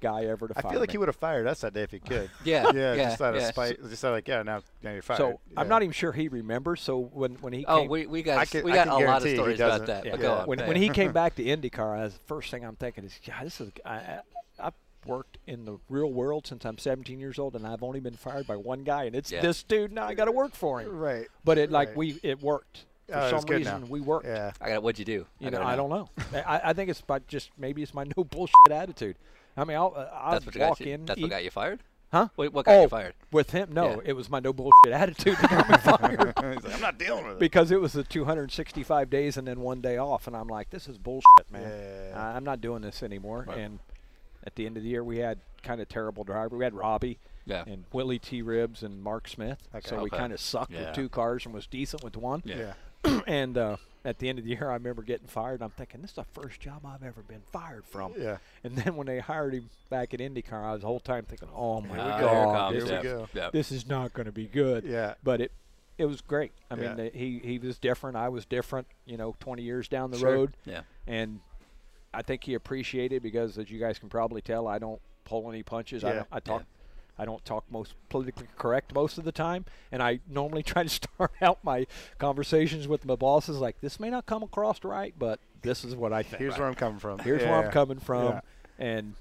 guy ever to I fire feel like me. he would have fired us that day if [LAUGHS] he could. yeah, yeah, just out of yeah. spite. Just out of like, yeah, now, now you're fired. so I'm Yeah. not even sure he remembers. So when, when he Oh, came, we, we I got can- we I got can a lot guarantee of he stories about doesn't. that. Yeah. But go on. when, yeah. when he [LAUGHS] came back to IndyCar, I was, the first thing I'm thinking is, God, this is. I, I, I've worked in the real world since I'm 17 years old, and I've only been fired by one guy, and it's Yeah. this dude. Now I got to work for him. Right. But it like Right. we it worked for Oh, some that's good now. reason. We worked. Yeah. I got what'd you do? You know, gotta I don't know. [LAUGHS] I, I think it's about just maybe it's my no [LAUGHS] bullshit attitude. I mean, I'll, I'll That's what walk got you. in. That's eat- what got you fired. Huh? What, what got oh, you fired? With him? No, Yeah. it was my no bullshit [LAUGHS] attitude [LAUGHS] that got me fired He's like, I'm not dealing with it. because it was the 265 days and then one day off, and I'm like, this is bullshit, man. Yeah. I- I'm not doing this anymore. And at the end of the year, we had kind of terrible driver. We had Robbie Yeah. and Willie T. Ribs and Mark Smith. So we Okay. kind of sucked Yeah. with two cars and was decent with one. Yeah. [CLEARS THROAT] and uh, at the end of the year, I remember getting fired. And I'm thinking, this is the first job I've ever been fired from. Yeah. And then when they hired him back at IndyCar, I was the whole time thinking, oh my Uh, Ah, god, here it comes. here we yeah. go. Yeah. this is not going to be good. Yeah. But it it was great. I Yeah. mean, the, he he was different. I was different. You know, 20 years down the Sure. road. Yeah. And I think he appreciated because, as you guys can probably tell, I don't pull any punches. I, Yeah. don't, I talk. I don't talk most politically correct most of the time, and I normally [LAUGHS] try to start out my conversations with my bosses like this may not come across right, but this is what I think. Here's where I'm coming from. Here's where I'm Yeah. coming from, Yeah. and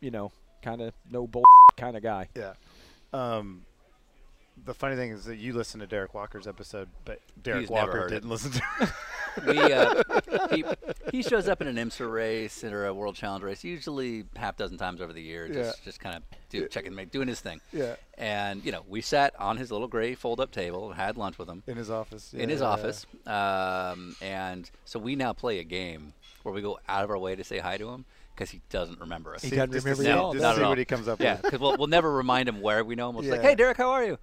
you know, kind of no [LAUGHS] bull kind of guy. Yeah. Um, the funny thing is that you listened to Derek Walker's episode, but Derek He's never Walker heard it. didn't listen [LAUGHS] to. We, [LAUGHS] uh, he, he shows up in an IMSA race or a World Challenge race, usually half dozen times over the year, just just kind of do, checking, make, doing his thing. Yeah. And you know, we sat on his little gray fold-up table, had lunch with him in his office. in yeah, his yeah, yeah. office, um, and so we now play a game where we go out of our way to say hi to him because he doesn't remember us. He doesn't just to remember see- y'all. just Not see at all. what he comes up Yeah, with. because we'll, we'll never remind him where we know him. We'll just like, Yeah. hey, Derek, how are you?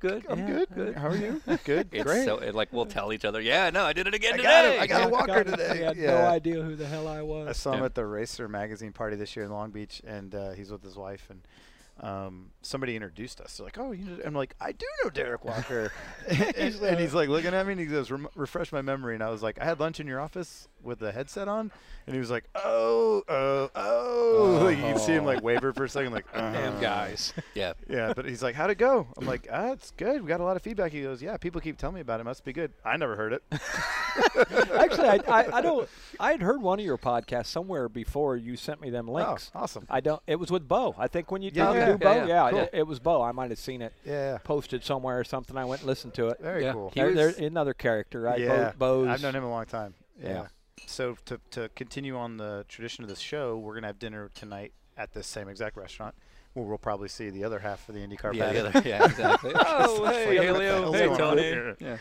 Good. I'm [LAUGHS] yeah, good. How are you? Good. It's Great. so it, like we'll tell each other, yeah, no, I did it again I today. got him. I Yeah, got a walker forgotten- today. I had no Yeah. idea who the hell I I was. saw him at the Racer magazine party this year in Long Beach, and uh, he's with his wife. And um, somebody introduced us. They're like, "Oh, you know," I'm like, "I do know Derek Walker." [LAUGHS] and, and he's like looking at me, and he goes, Rem- "Refresh my memory." And I was like, "I had lunch in your office with the headset on," and he was like, "Oh, oh, oh!" Like, you can see him like waver for a second, like, Damn [LAUGHS] "Uh." guys. Yeah. Yeah, but he's like, "How'd it go?" I'm like, "Ah, it's good. We got a lot of feedback." He goes, "Yeah, people keep telling me about it. Must be good." I never heard it. Actually, I, I, I don't. I had heard one of your podcasts somewhere before you sent me them links. Oh, awesome. I don't. It was with Bo. I think when you did Yeah, yeah, you do yeah, Bo, yeah. yeah, it, it was Bo. I might have seen it Yeah, posted somewhere or something. I went and listened to it. very Yeah. cool. He There- was- there- another character, right? Bo- Yeah, Bo's. I've known him a long time. Yeah. Yeah. So to to continue on the tradition of the show, we're gonna have dinner tonight at this same exact restaurant, where we'll probably see the other half of the IndyCar Yeah, paddock. the other- [LAUGHS] [LAUGHS] yeah, exactly. [LAUGHS] oh, hey, Helio. Hey, Tony. Um, Yeah.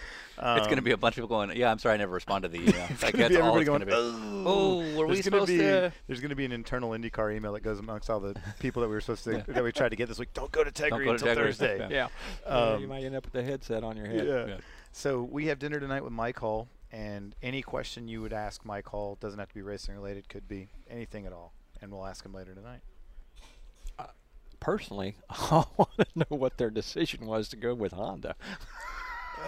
it's going to be a bunch of people going, yeah, I'm sorry I never responded to [LAUGHS] the email. like, gonna that's be all everybody it's going to be. going, Oh, were we there's gonna supposed be to? there's gonna be an internal IndyCar email that goes amongst all the people that we were supposed [LAUGHS] to that we tried to get this week. Don't go to Tegri go to until Tegri." Thursday. Yeah. Yeah. Um, you might end up with a headset on your Yeah. head. Yeah. So we have dinner tonight with Mike Hall, and any question you would ask Mike Hall doesn't have to be racing related, could be anything at all, and we'll ask him later tonight. Personally, [LAUGHS] I want to know what their decision was to go with Honda. [LAUGHS]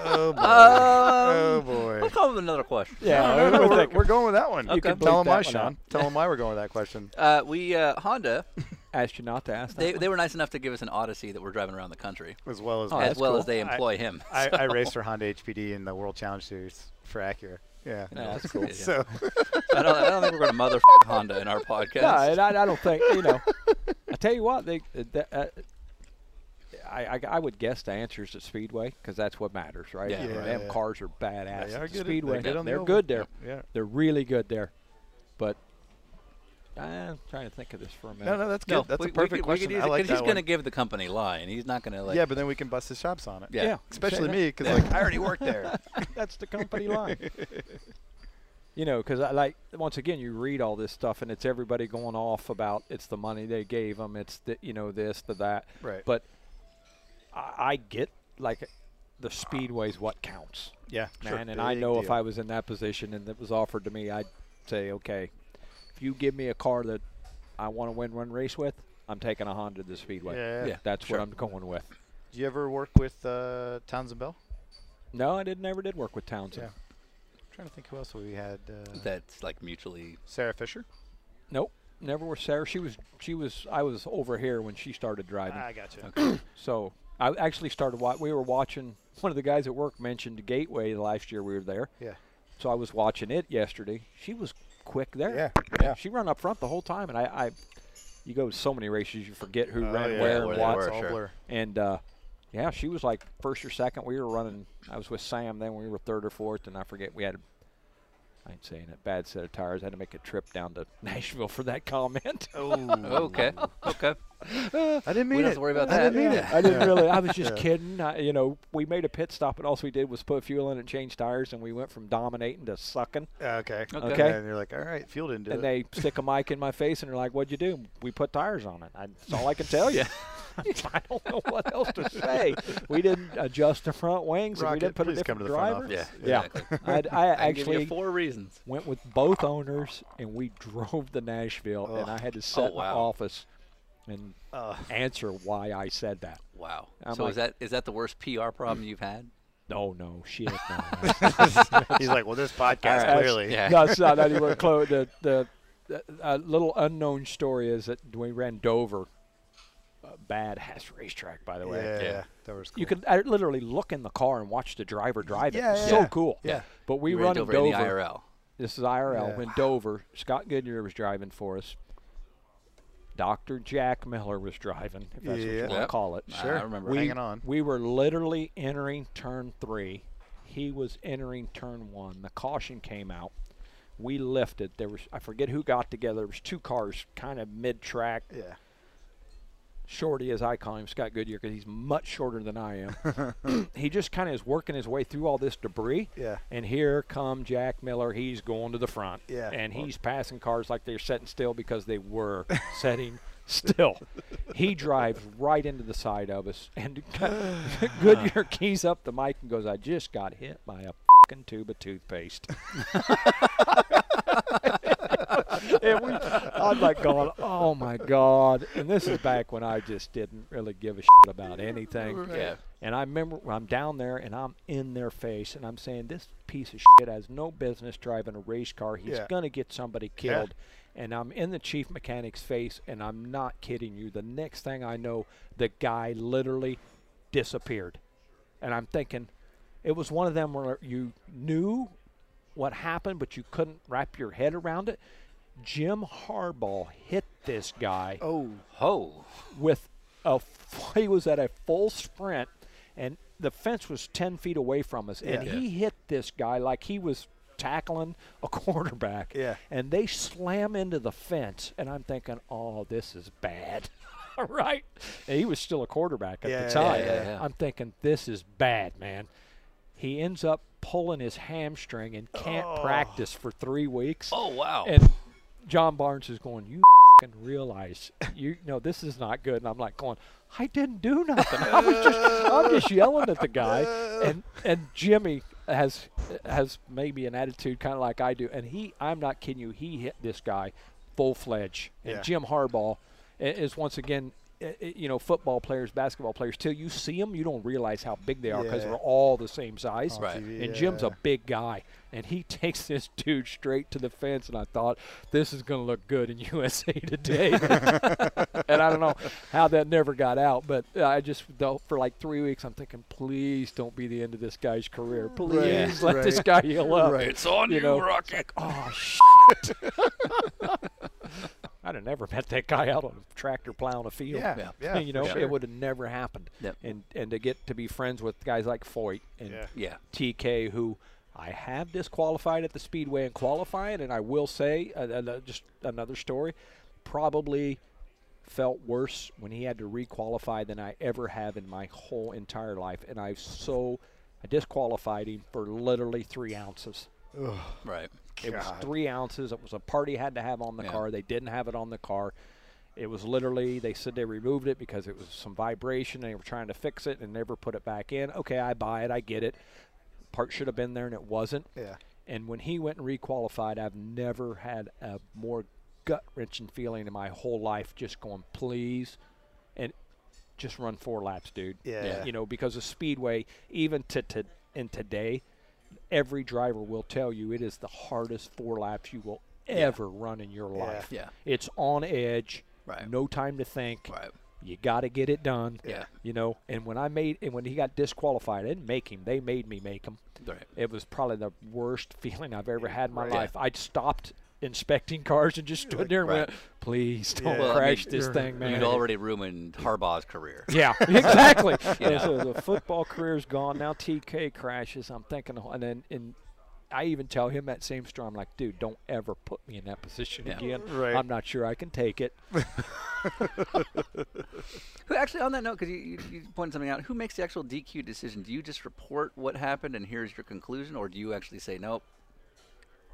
Oh boy! oh boy! Let's call him another question. Yeah, No, no, no, we're, we're going with that one. You can bleep tell him why, that one out. Sean. Tell him why we're going with that question. Uh, we uh, Honda, asked you not to ask that. they, one. they were nice enough to give us an Odyssey that we're driving around the country, As well as Oh, as that's well cool. as they employ him. I, I raced for Honda HPD in the World Challenge Series for Acura. Yeah. No, that's cool. Yeah. [LAUGHS] So I, don't, I don't think we're going [LAUGHS] to mother Honda in our podcast. [LAUGHS] No, and I, I don't think you know. I tell you what, they, that, uh, I, I I would guess the answers at Speedway because that's what matters, right? Yeah. You know, Yeah, them yeah. cars are badass. They are at good at- Speedway, they're good on the they're oval. good there. Yeah. They're really good there. But I'm trying to think of this for a minute. no, no, that's good. No, that's we- a we perfect could- we question. could use I it, like 'cause that he's going to one. give the company lie, and he's not going to like. yeah, but then we can bust his chops on it. yeah. Yeah. Especially Say me, because like I already worked there. That's the [LAUGHS] company line. You know, because I like once again, you read all this stuff, and it's everybody going off about it's the money they gave them, it's the you know this, the that. Right. But I, I get like the speedway's what counts, yeah. man. And I know if I was in that position and it was offered to me, I'd say, okay, if you give me a car that I want to win one race with, I'm taking a Honda to the speedway. Yeah. Yeah. That's sure. what I'm going with. Do you ever work with uh, Townsend Bell? No, I did never did work with Townsend. trying to think who else we had. Uh, [LAUGHS] That's like mutually. Sarah Fisher. Nope, never was Sarah. She was she was I was over here when she started driving. got you. so I actually started. Wa- we were watching. One of the guys at work mentioned Gateway last year. We were there, Yeah. so I was watching it yesterday. She was quick there. Yeah, yeah. She ran up front the whole time, and I, I you go to so many races, you forget who ran Oh, yeah, Oh, where where and they what. were. It's all sure. blur. And uh, yeah, she was like first or second. We were running. I was with Sam then. We were third or fourth, and I forget we had. I ain't saying it. Bad set of tires. I had to make a trip down to [LAUGHS] Nashville for that comment. [LAUGHS] Oh, Okay. Okay. I didn't mean Oh. it. We don't have to worry about I that. didn't mean I didn't really. I was just kidding. I, you know, we made a pit stop, and all we did was put fuel in and change tires, and we went from dominating to sucking. it. Okay. Okay. Okay. And you're like, all right, fuel didn't do And it. [LAUGHS] they stick a mic in my face, and they're like, "What'd you do?" We put tires on it. I, that's all I can tell you. [LAUGHS] I don't know what else to say. We didn't adjust the front wings, and we Rocket, didn't put a please come different to the front driver. Yeah. office. Yeah, Exactly. I'd- I I can give you actually four reasons. went with both owners, and we drove to Nashville, and I had to sit in my wow. office and answer why I said that. Wow. I'm so is like- that is that the worst PR problem you've had? No, no, shit, no. He's like, well, this podcast That's- clearly. Yeah. That's not anywhere close. The the the- a little unknown story is that when we ran Dover, uh, badass racetrack, by the way. Yeah, that was cool. You could I literally look in the car and watch the driver drive it. Yeah, yeah, so yeah. cool. Yeah. But we We run ran in over Dover. in the IRL. This is IRL. Yeah. When Dover, Scott Goodyear was driving for us. Dr. Jack Miller was driving, if that's what you Yeah. want to Yep. call it. I- Sure. I remember. We, Hanging on. We were literally entering turn three. He was entering turn one. The caution came out. We lifted. There was I forget who got together. There was two cars kind of mid track. Yeah. Shorty, as I call him, Scott Goodyear, because he's much shorter than I [LAUGHS] am. [CLEARS THROAT] he just kind of is working his way through all this debris. Yeah. And here come Jack Miller. He's going to the front. Yeah. And he's passing cars like they're sitting still because they were [LAUGHS] sitting still. He drives right into the side of us, [LAUGHS] and [LAUGHS] Goodyear keys up the mic and goes, "I just got hit by a." fucking tube of toothpaste. [LAUGHS] and we, I'm like going, oh my god! And this is back when I just didn't really give a shit about anything. Yeah. And I remember when I'm down there and I'm in their face and I'm saying, this piece of shit has no business driving a race car. He's Yeah. going to get somebody killed. And I'm in the chief mechanic's face and I'm not kidding you. The next thing I know, the guy literally disappeared. And I'm thinking, it was one of them where you knew what happened, but you couldn't wrap your head around it. Jim Harbaugh hit this guy Oh, with a [LAUGHS] f- he was at a full sprint and the fence was 10 feet away from us and he hit this guy like he was tackling a [LAUGHS] quarterback Yeah. and they slam into the fence and i'm thinking oh this is bad [LAUGHS] right And he was still a quarterback at Yeah, the yeah, time yeah, yeah. i'm thinking this is bad man he ends up pulling his hamstring and can't practice for three weeks oh wow. and John Barnes is going, you can realize [LAUGHS] you know this is not good, and I'm like going, I didn't do nothing. I was just I'm just yelling at the guy, and and Jimmy has has maybe an attitude kind of like I do, and he I'm not kidding you, he hit this guy full fledged, and Yeah. Jim Harbaugh i- is once again. i- i- You know, football players, basketball players. Till you see them, you don't realize how big they are because Yeah. they're all the same size. Right. TV, And Jim's a yeah. big guy, and he [LAUGHS] takes this dude straight to the fence. And I thought this is going to look good in [LAUGHS] USA Today. [LAUGHS] and I don't know how that never got out, but I just though for like three weeks I'm thinking, please don't be the end of this guy's career. Please let this guy heal up. it's on you you, know, Rocket. Oh shit! [LAUGHS] I'd have never met that guy out on a tractor plowing a field. Yeah, Yeah. yeah, [LAUGHS] you know for it sure. would have never happened. Yep. And and to get to be friends with guys like Foyt and Yeah. Yeah. TK, who I have disqualified at the Speedway and qualifying, and I will say, uh, uh, just another story, probably felt worse when he had to requalify than I ever have in my whole entire life, and I so I disqualified him for literally three ounces. Right. It was three ounces. It was a party had to have on the Yeah. car. They didn't have it on the car. It was literally they said they removed it because it was some vibration. They were trying to fix it and never put it back in. Okay, I buy it. I get it. Part should have been there and it wasn't. Yeah. And when he went and requalified, I've never had a more gut wrenching feeling in my whole life. Just going, please, and just run four laps, dude. Yeah. Yeah. You know, because of speedway, even to, to in today, every driver will tell you it is the hardest four laps you will ever run in your life. Yeah. It's on edge. Right. No time to think. Right. You got to get it done. Yeah. You know, and when I made and when he got disqualified, I didn't make him. They made me make him. Right. It was probably the worst feeling I've ever had in my Right. life. I stopped inspecting [LAUGHS] cars and just stood there and right. went, "Please don't Well, I crash mean, this thing, man." You'd already ruined Harbaugh's [LAUGHS] career. Yeah, exactly. And so the football career's gone. Now TK crashes. I'm thinking, oh, and then and I even tell him that same story. I'm like, dude, don't ever put me in that position Yeah. again. Right. I'm not sure I can take it. Who actually on that note, because you, you, you pointed something out, who makes the actual DQ decision? Do you just report what happened and here's your conclusion, or do you actually say nope?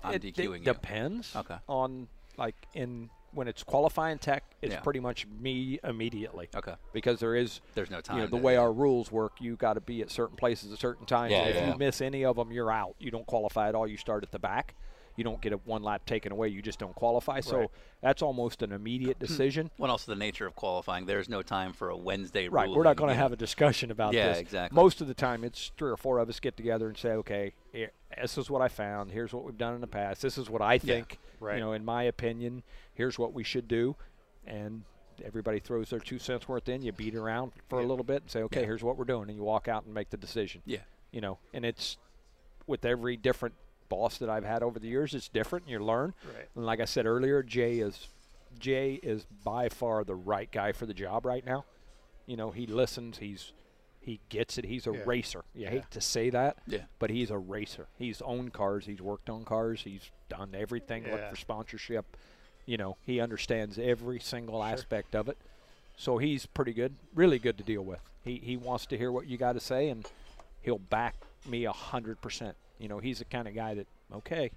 I'm it, d- DQing you. depends Okay. on like in when it's qualifying tech, it's Yeah. pretty much me immediately. Okay. Because there is There's no You know, time to- the way our rules work, you got to be at certain places at certain times. Yeah, and if yeah. you miss any of them, you're out. You don't qualify at all. You start at the back. You don't get a one lap taken away. You just don't qualify. So that's almost [CLEARS THROAT] an immediate decision. Well, and also the nature of qualifying. There's no time for a Wednesday Right, ruling. we're not going to you have know. a discussion about Yeah, this. exactly. Most of the time, it's three or four of us get together and say, "Okay, here- this is what I found. Here's what we've done in the past. This is what I think. right. You know, in my opinion, here's what we should do." And Everybody throws their two cents worth in. You beat around for a little bit and say, okay, here's what we're doing, and you walk out and make the decision. Yeah. You know, and it's with every different boss that I've had over the years, it's different. And you learn. Right. And like I said earlier, Jay is Jay is by far the right guy for the job right now. You know, he listens. He's he gets it. He's a racer. You hate to say that, Yeah. but he's a racer. He's owned cars. He's worked on cars. He's done everything looked Yeah. for sponsorship. You know, he understands every single aspect of it. So he's pretty good, really good to deal with. He he wants to hear what you got to say, and he'll back me a hundred percent. You know, he's the kind of guy that okay,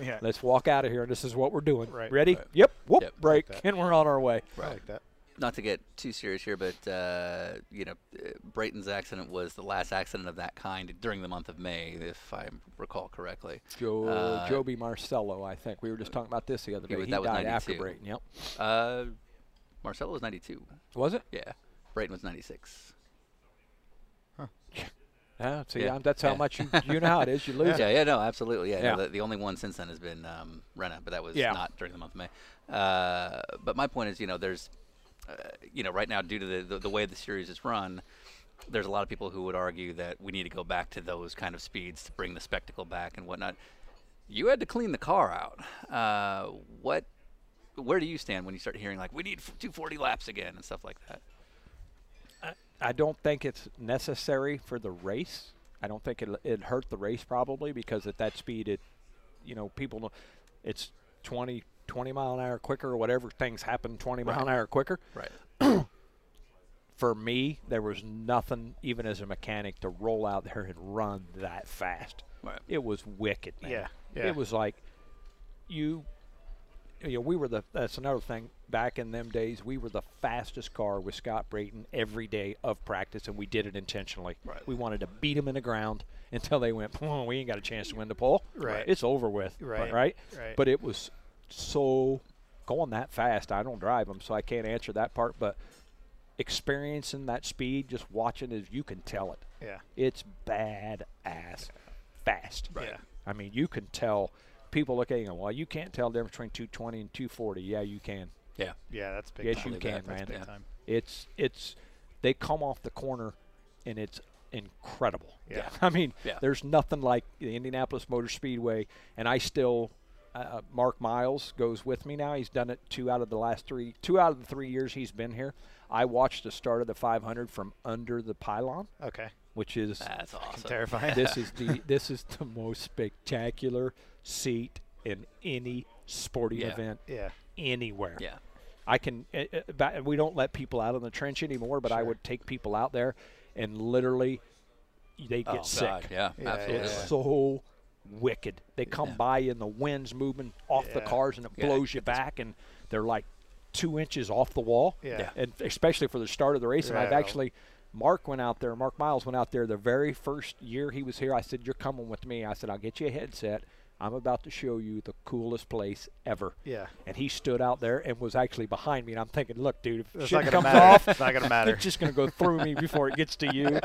Yeah. let's walk out of here. This is what we're doing. Right. Ready? Yep. Whoop. Yep. Break, and we're on our way. I like that. Not to get too serious here, but uh, you know, uh, Brayton's accident was the last accident of that kind during the month of May, if I recall correctly. Joe Uh, Joby Marcello, I think we were just talking about this the other He day. was- He that was died after 92. Brayton. Yep. Uh, Marcelo was 92. Was it? Yeah, Brayton was 96. Yeah. Ah, See, Yeah. I'm- that's how Yeah. much you, you know how it [LAUGHS] is. You lose. Yeah, yeah, no, absolutely. Yeah, no, Yeah. the, the only one since then has been um, Rena, but that was Yeah. not during the month of May. Uh, but my point is, you know, there's, uh, you know, right now due to the, the the way the series is run, there's a lot of people who would argue that we need to go back to those kind of speeds to bring the spectacle back and whatnot. You had to clean the car out. Uh, what? Where do you stand when you start hearing like we need f- 240 laps again and stuff like that? I don't think it's necessary for the race. I don't think it it hurt the race probably because at that speed it, you know, people know it's 20, 20 mile an hour quicker or whatever things happen 20 mile an hour quicker. Right. For me, there was nothing even as a mechanic to roll out there and run that fast. Right. It was wicked. Man. Yeah, yeah. It was like you you know, we were the that's another thing. Back in them days, we were the fastest car with Scott Brayton every day of practice, and we did it intentionally. Right. We wanted to beat him in the ground [LAUGHS] until they went, "Phew, we ain't got a chance to win the pole. Right. It's over with. Right, Right. right. But it was so going that fast. I don't drive them, so I can't answer that part. But experiencing that speed, just watching it, you can tell it. Yeah. It's badass fast. Right. Yeah. I mean, you can tell people look at you and go, well, you can't tell the difference between 220 and 240. Yeah, you can. Yeah. Yeah, that's big. yes, time. you can, that. man. That's big Yeah. time. It's it's they come off the corner, and it's incredible. Yeah. [LAUGHS] I mean, Yeah. there's nothing like the Indianapolis Motor Speedway, and I still. Uh, Mark Miles goes with me now. He's done it two out of the last three, two out of the three years he's been here. I watched the start of the 500 from under the pylon, Okay. which is That's awesome. [LAUGHS] Terrifying. this is the this is the most spectacular seat in any sporting Yeah. event [LAUGHS] yeah. anywhere. Yeah. I can. Uh, uh, ba- we don't let people out on the trench anymore, but I would take people out there, and literally, they get Oh, sick. God, yeah, Yeah, absolutely. It's so wicked. They come by and the wind's moving off the Yeah. cars and it Yeah, blows you back, and they're like two inches off the wall. Yeah. And especially for the start of the race. And I've Yeah. actually, Mark went out there, Mark Miles went out there the very first year he was here. I said, You're coming with me. I said, I'll get you a headset. I'm about to show you the coolest place ever. [LAUGHS] Yeah. And he stood out there and was actually behind me. And I'm thinking, look, dude, if It's shit not gonna comes matter. off, It's not gonna matter. it's just going to go through me before it gets to [LAUGHS] you.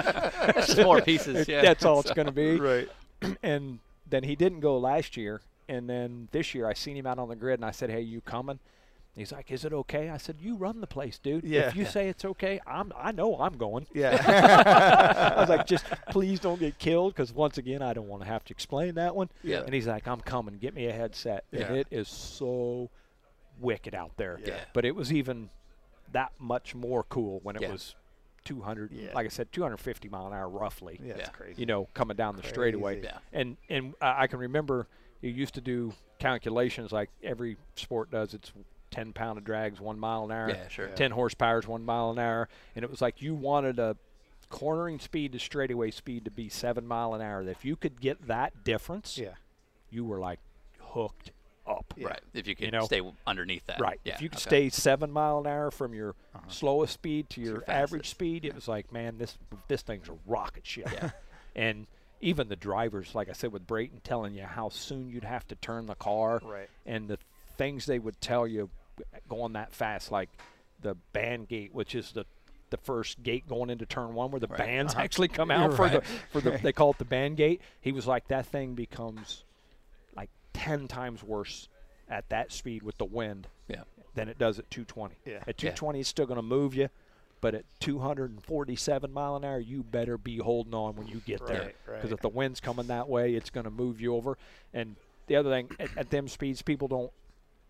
Just more pieces. Yeah. That's all it's going to be right. [CLEARS THROAT] and then he didn't go last year. And then this year, I seen him out on the grid, and I said, "Hey, you coming?" He's like, "Is it okay?" I said, "You run the place, dude. Yeah. If you say it's okay, I'm. I know I'm going." Yeah. I was like, "Just please don't get killed, because once again, I don't want to have to explain that one." Yeah. And he's like, "I'm coming. Get me a headset." Yeah. And it is so wicked out there. Yeah. But it was even that much more cool when it Yeah. was 200, Yeah. like I said, 250 mile an hour roughly yeah. It's Yeah. crazy. you know, coming down the straightaway. Yeah. And and I I can remember you used to do calculations like every sport does. It's ten pound of drags, one mile an hour. Yeah, sure. Ten horsepower is one mile an hour, and it was like you wanted a cornering speed to straightaway speed to be seven mile an hour. That If you could get that difference, [LAUGHS] Yeah. you were like hooked up. Right. If you could know? stay w- underneath that. Right. Yeah. if you could okay. stay Uh-huh. seven mile an hour from your slowest speed to your, average fastest. speed, it was like, man, this this thing's a rocket ship. [LAUGHS] and even the drivers, like I said with Brayton, telling you how soon you'd have to turn the car, Right. and the things they would tell you going that fast, like the band gate, which is the the first gate going into turn one, where the bands Uh-huh. actually [LAUGHS] come out for the for the they call it the band gate. He was like that thing becomes like ten times worse at that speed with the wind Yeah. than it does at 220. Yeah. At 220, it's still going to move you, but at 247 mile an hour, you better be holding on when you get there. Right, right. if the wind's coming that way, it's going to move you over. And the other thing, at, at them speeds, people don't,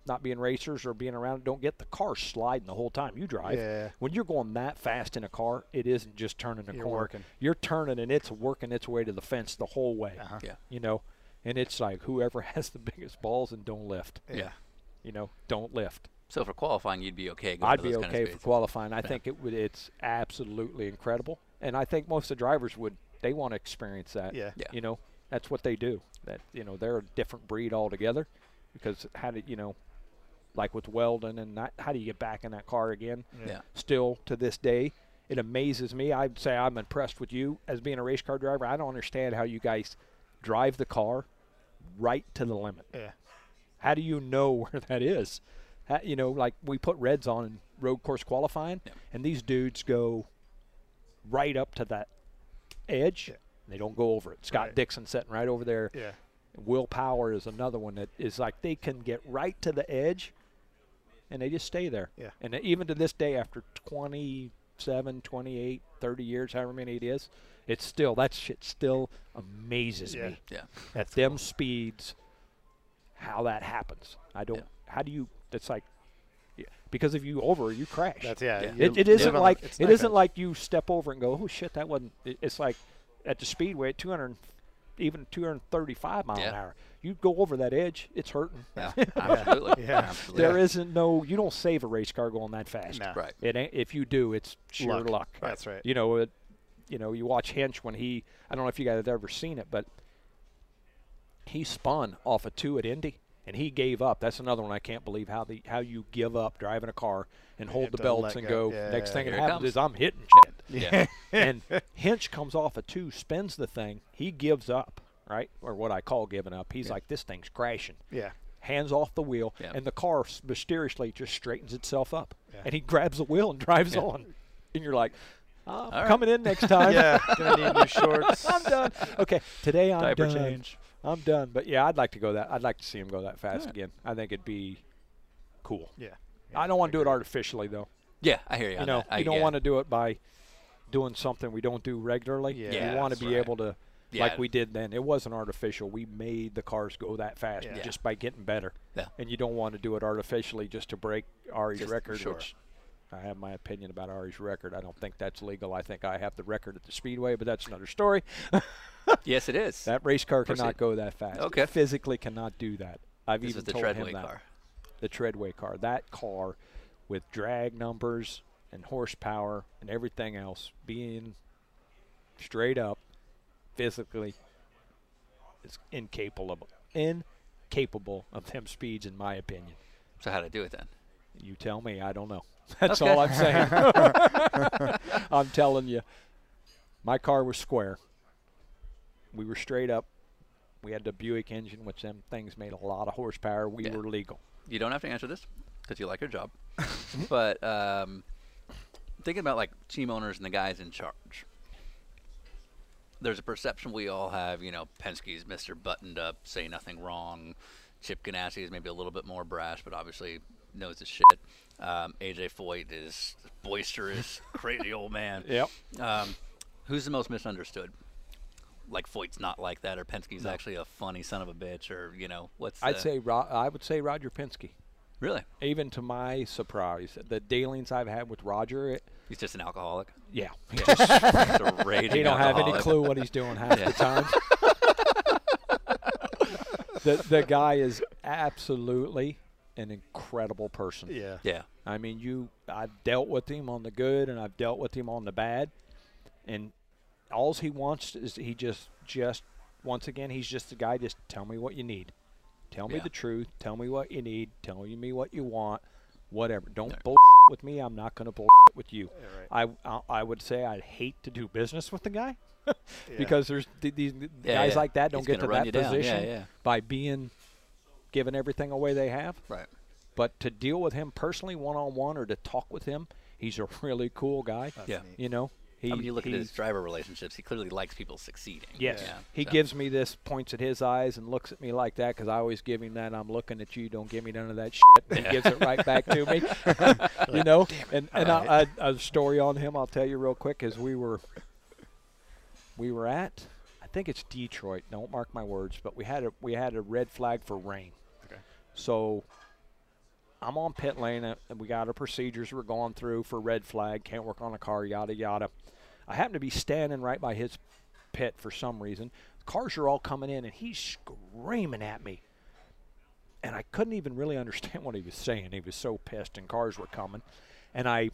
not being racers or being around, don't get the car sliding the whole time you drive. Yeah. When you're going that fast in a car, it isn't just turning the You're corner. working. You're turning and it's working its way to the fence the whole way. Uh-huh. Yeah. You know, and it's like whoever [LAUGHS] has the biggest balls and don't lift. Yeah. You know, don't lift. So for qualifying, you'd be okay. Going I'd to be those okay kind of for speeds. qualifying. I think it would. It's absolutely incredible, and I think most of the drivers would. They want to experience that. Yeah. Yeah. You know, that's what they do. That you know, they're a different breed altogether, because how did you know, like with Weldon and that, how do you get back in that car again? Yeah. Still to this day, it amazes me. I'd say I'm impressed with you as being a race car driver. I don't understand how you guys drive the car right to the limit. Yeah. How do you know [LAUGHS] where that is? How, you know, like we put reds on in road course qualifying, and these dudes go right up to that edge. and They don't go over it. Scott Dixon sitting right over there. Yeah. Will Power is another one that is like they can get right to the edge, and they just stay there. Yeah. And e, even to this day, after 27, 28, 30 years, however many it is, it's still that shit still amazes Yeah. me Yeah. at them speeds, how that happens. I don't. Yeah. How do you? It's like yeah, because if you over, you crash. That's yeah. Yeah. you it, it live isn't on the- like it's it knife isn't edge. like you step over and go, oh shit, that wasn't. it- It's like at the speedway at 200, even 235 mile an Yeah. hour. You go over that edge, it's hurting. [LAUGHS] Yeah. [LAUGHS] Absolutely. Yeah. Absolutely. There isn't no. You don't save a race car going that fast. No. Right. It ain't, if you do, it's sheer Luck. luck. That's right. You know it. You know you watch Hinch when he. I don't know if you guys have ever seen it, but he spun off a two at Indy and he gave up. That's another one I can't believe how the how you give up driving a car and hold have the to belts let and go. go. Yeah, next yeah, thing yeah. Here that it happens comes. is I'm hitting [LAUGHS] shit Yeah. [LAUGHS] and Hinch comes off a two, spins the thing. He gives up, right? Or what I call giving up. He's like, this thing's crashing. Yeah. Hands off the wheel, Yeah. and the car s- mysteriously just straightens itself up. And he grabs the wheel and [LAUGHS] drives on. And you're like, I'm right. coming in next [LAUGHS] time. [LAUGHS] Yeah. Gonna need new shorts. [LAUGHS] I'm done. Okay, today I'm Diaper done. change. I'm done. But yeah, I'd like to go that. I'd like to see him go that fast again. I think it'd be cool. Yeah. I don't want to do it artificially though. Yeah. I hear you. You on know, that. I, you don't yeah. want to do it by doing something we don't do regularly. Yeah, you want to that's be right. able to, Yeah. like we did then. It wasn't artificial. We made the cars go that fast Yeah. just by getting better. Yeah. And you don't want to do it artificially just to break Ari's Just- record. sure. Which I have my opinion about Ari's record. I don't think that's legal. I think I have the record at the Speedway, but that's another story. Yes, it is. That race car cannot Proceed. go that fast. Okay. It physically cannot do that. I've This even is the told Treadway him that. car. The Treadway car. That car with drag numbers and horsepower and everything else being straight up physically is incapable of incapable of them speeds in my opinion. so how to do it then? You tell me, I don't know. [LAUGHS] That's Okay. all I'm saying. I'm telling you. My car was square. We were straight up. We had the Buick engine, which them things made a lot of horsepower. We Yeah. were legal. you don't have to answer this because you like your [LAUGHS] job. but um, thinking about like team owners and the guys in charge, there's a perception we all have. You know, Penske's Mr. Buttoned Up, say nothing wrong. Chip Ganassi is maybe a little bit more brash, but obviously knows his shit. Um, AJ Foyt is boisterous, [LAUGHS] crazy old man. Yep. Um, who's the most misunderstood? Like Foyt's not like that, or Penske's actually a funny son of a bitch, or you know what's? I'd the- say Ro- I would say Roger Penske. really. Even to my surprise, the dealings I've had with Roger, it, He's just an [LAUGHS] alcoholic. yeah, He's a raging he don't have any alcoholic. clue what he's doing half the time. the the guy is absolutely an incredible person. Yeah. Yeah, I mean, you I've dealt with him on the good and I've dealt with him on the bad, and all he wants is he just just once again he's just the guy. Just tell me what you need, tell me Yeah. the truth, tell me what you need, tell me what you want, whatever. Don't Right. bullshit with me. I'm not going to bullshit with you. I, I I would say I'd hate to do business with the guy [LAUGHS] because there's th- these guys yeah. like that don't He's get gonna to run that you down. Yeah, position yeah. by being giving everything away they have. right. But to deal with him personally, one on one, or to talk with him, he's a really cool guy. yeah, You know, He, I mean, you look at he- his driver relationships. He clearly likes people succeeding. Yes. [LAUGHS] Yeah, He so. gives me this, points at his eyes, and looks at me like that because I always give him that. I'm looking at you. Don't give me none of that shit. And He gives it right back to me. [LAUGHS] you know? And, and I, I, a story on him I'll tell you real quick is we were we were at, I think it's Detroit. Don't mark my words, but we had a we had a red flag for rain. Okay. So I'm on pit lane uh, and we got our procedures we're going through for red flag, can't work on a car, yada yada. I happen to be standing right by his pit for some reason. Cars are all coming in and he's screaming at me. And I couldn't even really understand [LAUGHS] what he was saying. He was so pissed and cars were coming. And I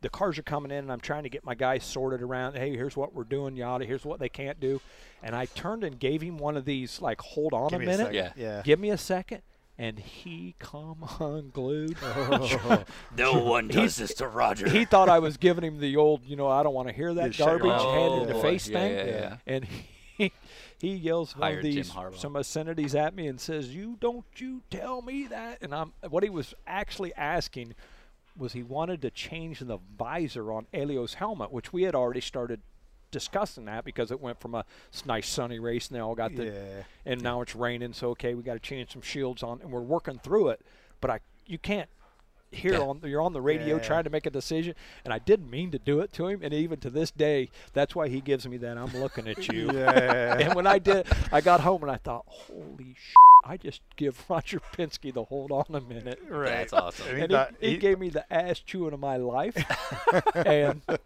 the cars are coming in and I'm trying to get my guys sorted around. Hey, here's what we're doing, yada, here's what they can't do. And I turned and gave him one of these like hold on Give a me a minute. second. Yeah. Yeah. Give me a second. And he come [LAUGHS] unglued. Oh. No one does this to [LAUGHS] Roger. he thought I was giving him the old, you know, I don't want to hear that shut your garbage mouth. hand in Oh, the face yeah, thing. yeah, yeah. And [LAUGHS] he, he yells one Hired of Jim these Harbaugh. some obscenities at me and says, "You don't you tell me that." And I'm what he was actually asking was he wanted to change the visor on Elio's helmet, which we had already started discussing that because it went from a s- nice sunny race and they all got the Yeah. and now it's raining so okay we got to change some shields on and we're working through it but i you can't hear on you're on the radio Yeah. trying to make a decision and i didn't mean to do it to him and even to this day that's why he gives me that i'm looking at you [LAUGHS] Yeah. [LAUGHS] and when i did i got home and i thought holy shit, i just give [LAUGHS] roger pinsky the hold on a minute right. That's awesome. And he and thought- he, he he- gave me the ass chewing of my [LAUGHS] life. and th-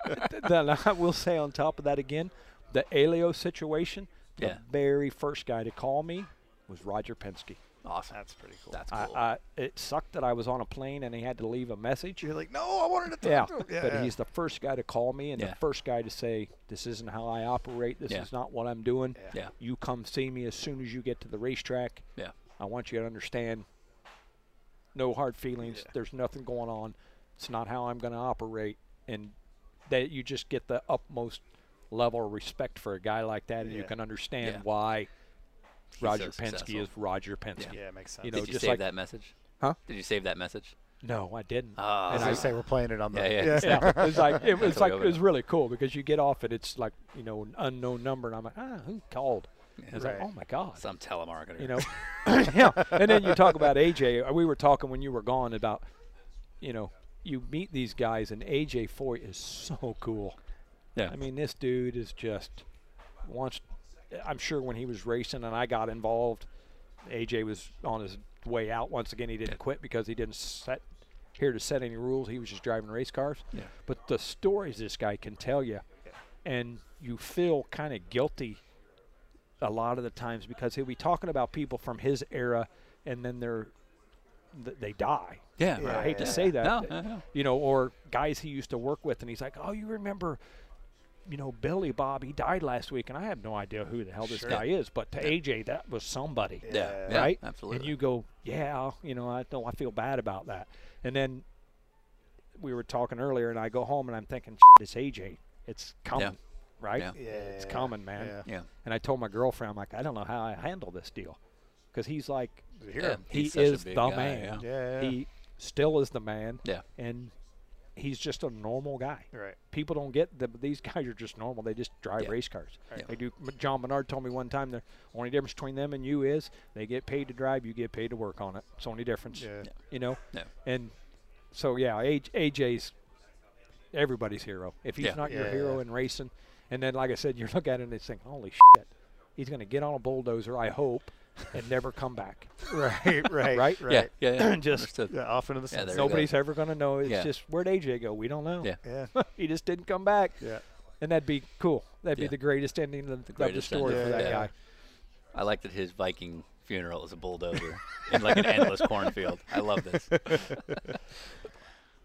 then I will say on top of that again, the Alio situation, the Yeah. very first guy to call me was Roger Penske. Awesome. That's pretty cool. That's I, cool. I, it sucked that I was on a plane and he had to leave a message. [LAUGHS] You're like, no, I wanted to talk [LAUGHS] Yeah, to him. Oh, Yeah. but he's the first guy to call me and Yeah. the first guy to say, "This isn't how I operate. This Yeah. is not what I'm doing. Yeah. You come see me as soon as you get to the racetrack. yeah. I want you to understand no hard feelings. There's nothing going on. It's not how I'm going to operate. And that you just get the utmost level of respect for a guy like that, and you Yeah. can understand Yeah. why He's Roger so Penske successful. is Roger Penske. yeah, it makes sense. You know, Did you just save like- that message? Huh? Did you save that message? No, I didn't. Ah. As I say, we're playing it on the. Yeah, yeah. [LAUGHS] yeah, [LAUGHS] it was like it was Totally like it over was that. really cool because you get off and it's like you know an unknown number, and I'm like, ah, who called? I was Right. like, oh my god, Some telemarketer. [LAUGHS] you know. [LAUGHS] yeah, and then you talk about AJ. We were talking when you were gone about, you know, you meet these guys, and AJ Foy is so cool. Yeah. I mean, this dude is just wants. I'm sure when he was racing and I got involved, AJ was on his way out. Once again, he didn't quit because he didn't set here to set any rules. He was just driving race cars. Yeah. But the stories this guy can tell you, and you feel kind of guilty a lot of the times because he'll be talking about people from his era, and then they're th- they die. yeah. I Right. hate to say that. No, th- no, no. You know, or guys he used to work with, and he's like, "Oh, you remember, you know, Billy Bob? He died last week, and I have no idea who the hell this guy is, but to AJ, that was somebody, Yeah. yeah, right? Absolutely. And you go, "Yeah, you know, I know I feel bad about that." And then we were talking earlier, and I go home, and I'm thinking, "Shit, "It's AJ. It's coming, right? Yeah. It's coming, man." Yeah. yeah. And I told my girlfriend, I'm like, I don't know how I handle this deal. Because he's like, Yeah, he such a is the big guy, Yeah. man. Yeah, yeah. He still is the man. Yeah. And he's just a normal guy. Right. People don't get that these [LAUGHS] guys are just normal. They just drive Yeah. race cars. Yeah. They do. John Bernard told me one time the only difference between them and you is they get paid to drive, you get paid to work on it. It's the only difference. Yeah. Yeah. You know? Yeah. And so, yeah, AJ, AJ's everybody's hero. If he's Yeah. not your Yeah. hero in racing, and then like I said, you [LAUGHS] look at it and it's thinking, holy shit, he's going to get on a bulldozer, I hope, and never come [LAUGHS] back. [LAUGHS] Right, right, Right? right. Yeah. Yeah. [LAUGHS] yeah. Just- Understood. Yeah, off into the Yeah, sunset. there you go. Nobody's ever going to know. It's Yeah. just where'd AJ go? We don't know. Yeah. Yeah. [LAUGHS] [LAUGHS] he just didn't come back. Yeah. And that'd be cool. That'd Yeah. be the greatest ending of the, of the Greatest story ending. for that Yeah. guy. I like that his Viking funeral is a bulldozer in like an [LAUGHS] endless cornfield. I love this.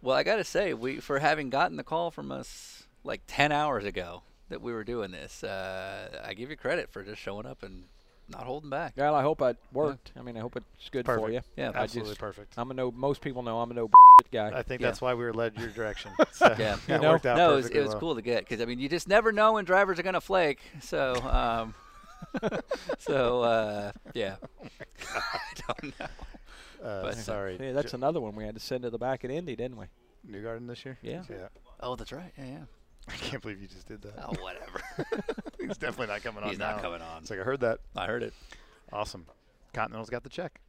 well, I gotta say, we for having gotten the call from us like ten hours ago that we were doing this, uh, I give you credit for just showing up and not holding back. Well, I hope it worked. I mean, I hope it's good for Perfect. you. Yeah, I Absolutely just- perfect. I'm a no. Most people know I'm a [LAUGHS] no bullshit guy. I think Yeah. that's why we were led your direction. So [LAUGHS] Yeah. that You know, worked out no, it was, perfectly it was well. cool to get because I mean, you just never know when drivers are gonna flake. So, [LAUGHS] um, so uh, yeah, [LAUGHS] I don't know. Uh, but- sorry. yeah, that's another one we had to send to the back at Indy, didn't we? New Garden this year? Yeah. Yeah. [LAUGHS] Oh, that's right. Yeah, yeah. I can't believe you just did that. Oh, whatever. He's definitely not coming on. He's not now. coming on. It's like I heard that. I heard it. Awesome. Continental's got the check.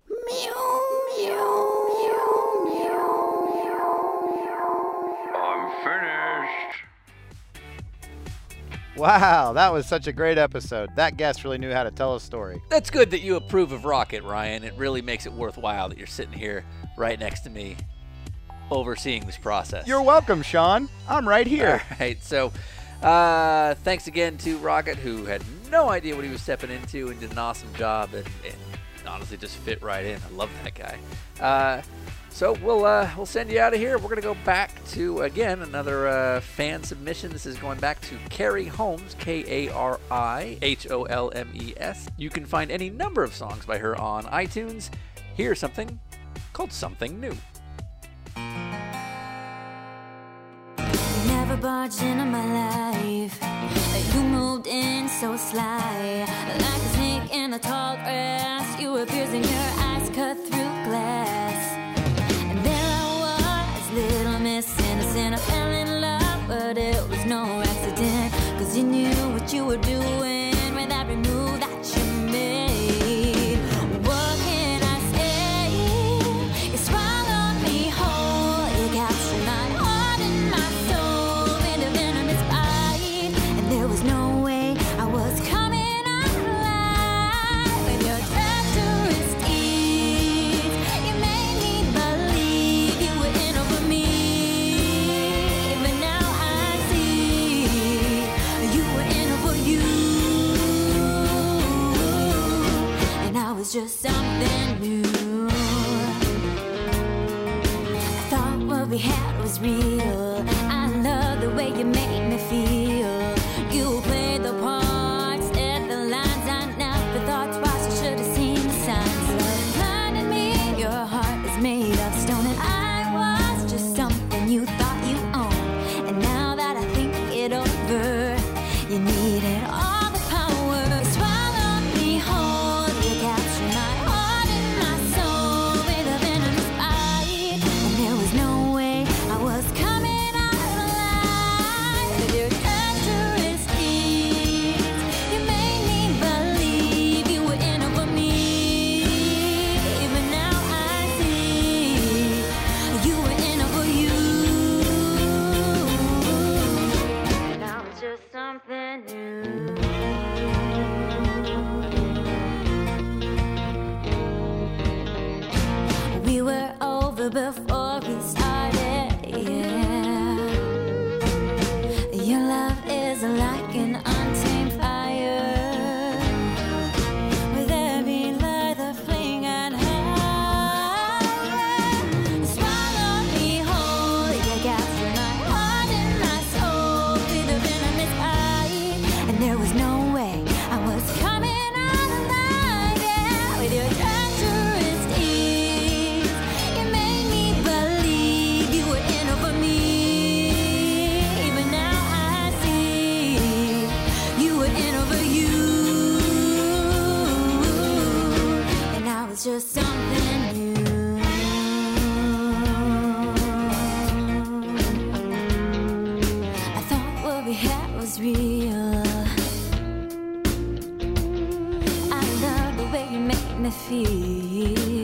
I'm finished. Wow, that was such a great episode. That guest really knew how to tell a story. That's good that you approve of Rocket, Ryan. It really makes it worthwhile that you're sitting here right next to me overseeing this process. You're welcome, Sean. I'm right here. All right. So, uh, thanks again to Rocket, who had no idea what he was stepping into and did an awesome job and, and honestly just fit right in. I love that guy. Uh, so we'll uh, we'll send you out of here. We're gonna go back to again another uh, fan submission. This is going back to Carrie Holmes, K A R I H O L M E S. You can find any number of songs by her on iTunes. Here's something called Something New. You never barged into my life. You moved in so sly, like a snake in the tall grass. You were piercing your eyes, cut through glass. And there I was, little Miss Innocent. I fell in love, but it was no accident. Cause you knew what you were doing with every move that you made. What can I say? You swallowed me whole. You captured my heart and my soul in a venomous bite. And there was no way I was coming alive. And your treacherous teeth, you made me believe you were in over me. But now I see you were in over you. And I was just something new. I thought what we had was real. I love the way you made me feel. You played the parts, said the lines I never thought twice. I should have seen the signs. Love blinded me. Your heart is made of stone, and I was just something you thought you owned. And now that I think it over, you needed all the power. You swallowed me whole. You captured my heart and my soul with a venomous bite. And there was no way I was coming out alive. With your treacherous deeds, you made me believe you were in over me. Even now I see you were in over you. Now it's just something new. We were over before we started, yeah. Your love is like an untamed fire. With every light, the flame got higher. Swallow me whole, you captured my heart and my soul with a venomous bite. And there was no way I was coming out alive, yeah, with your treacherous deeds. You made me believe you were in over me. Even now I see you were in over you. And I was just something new. I thought what we had was real. I love the way you make me feel. Mm, mm.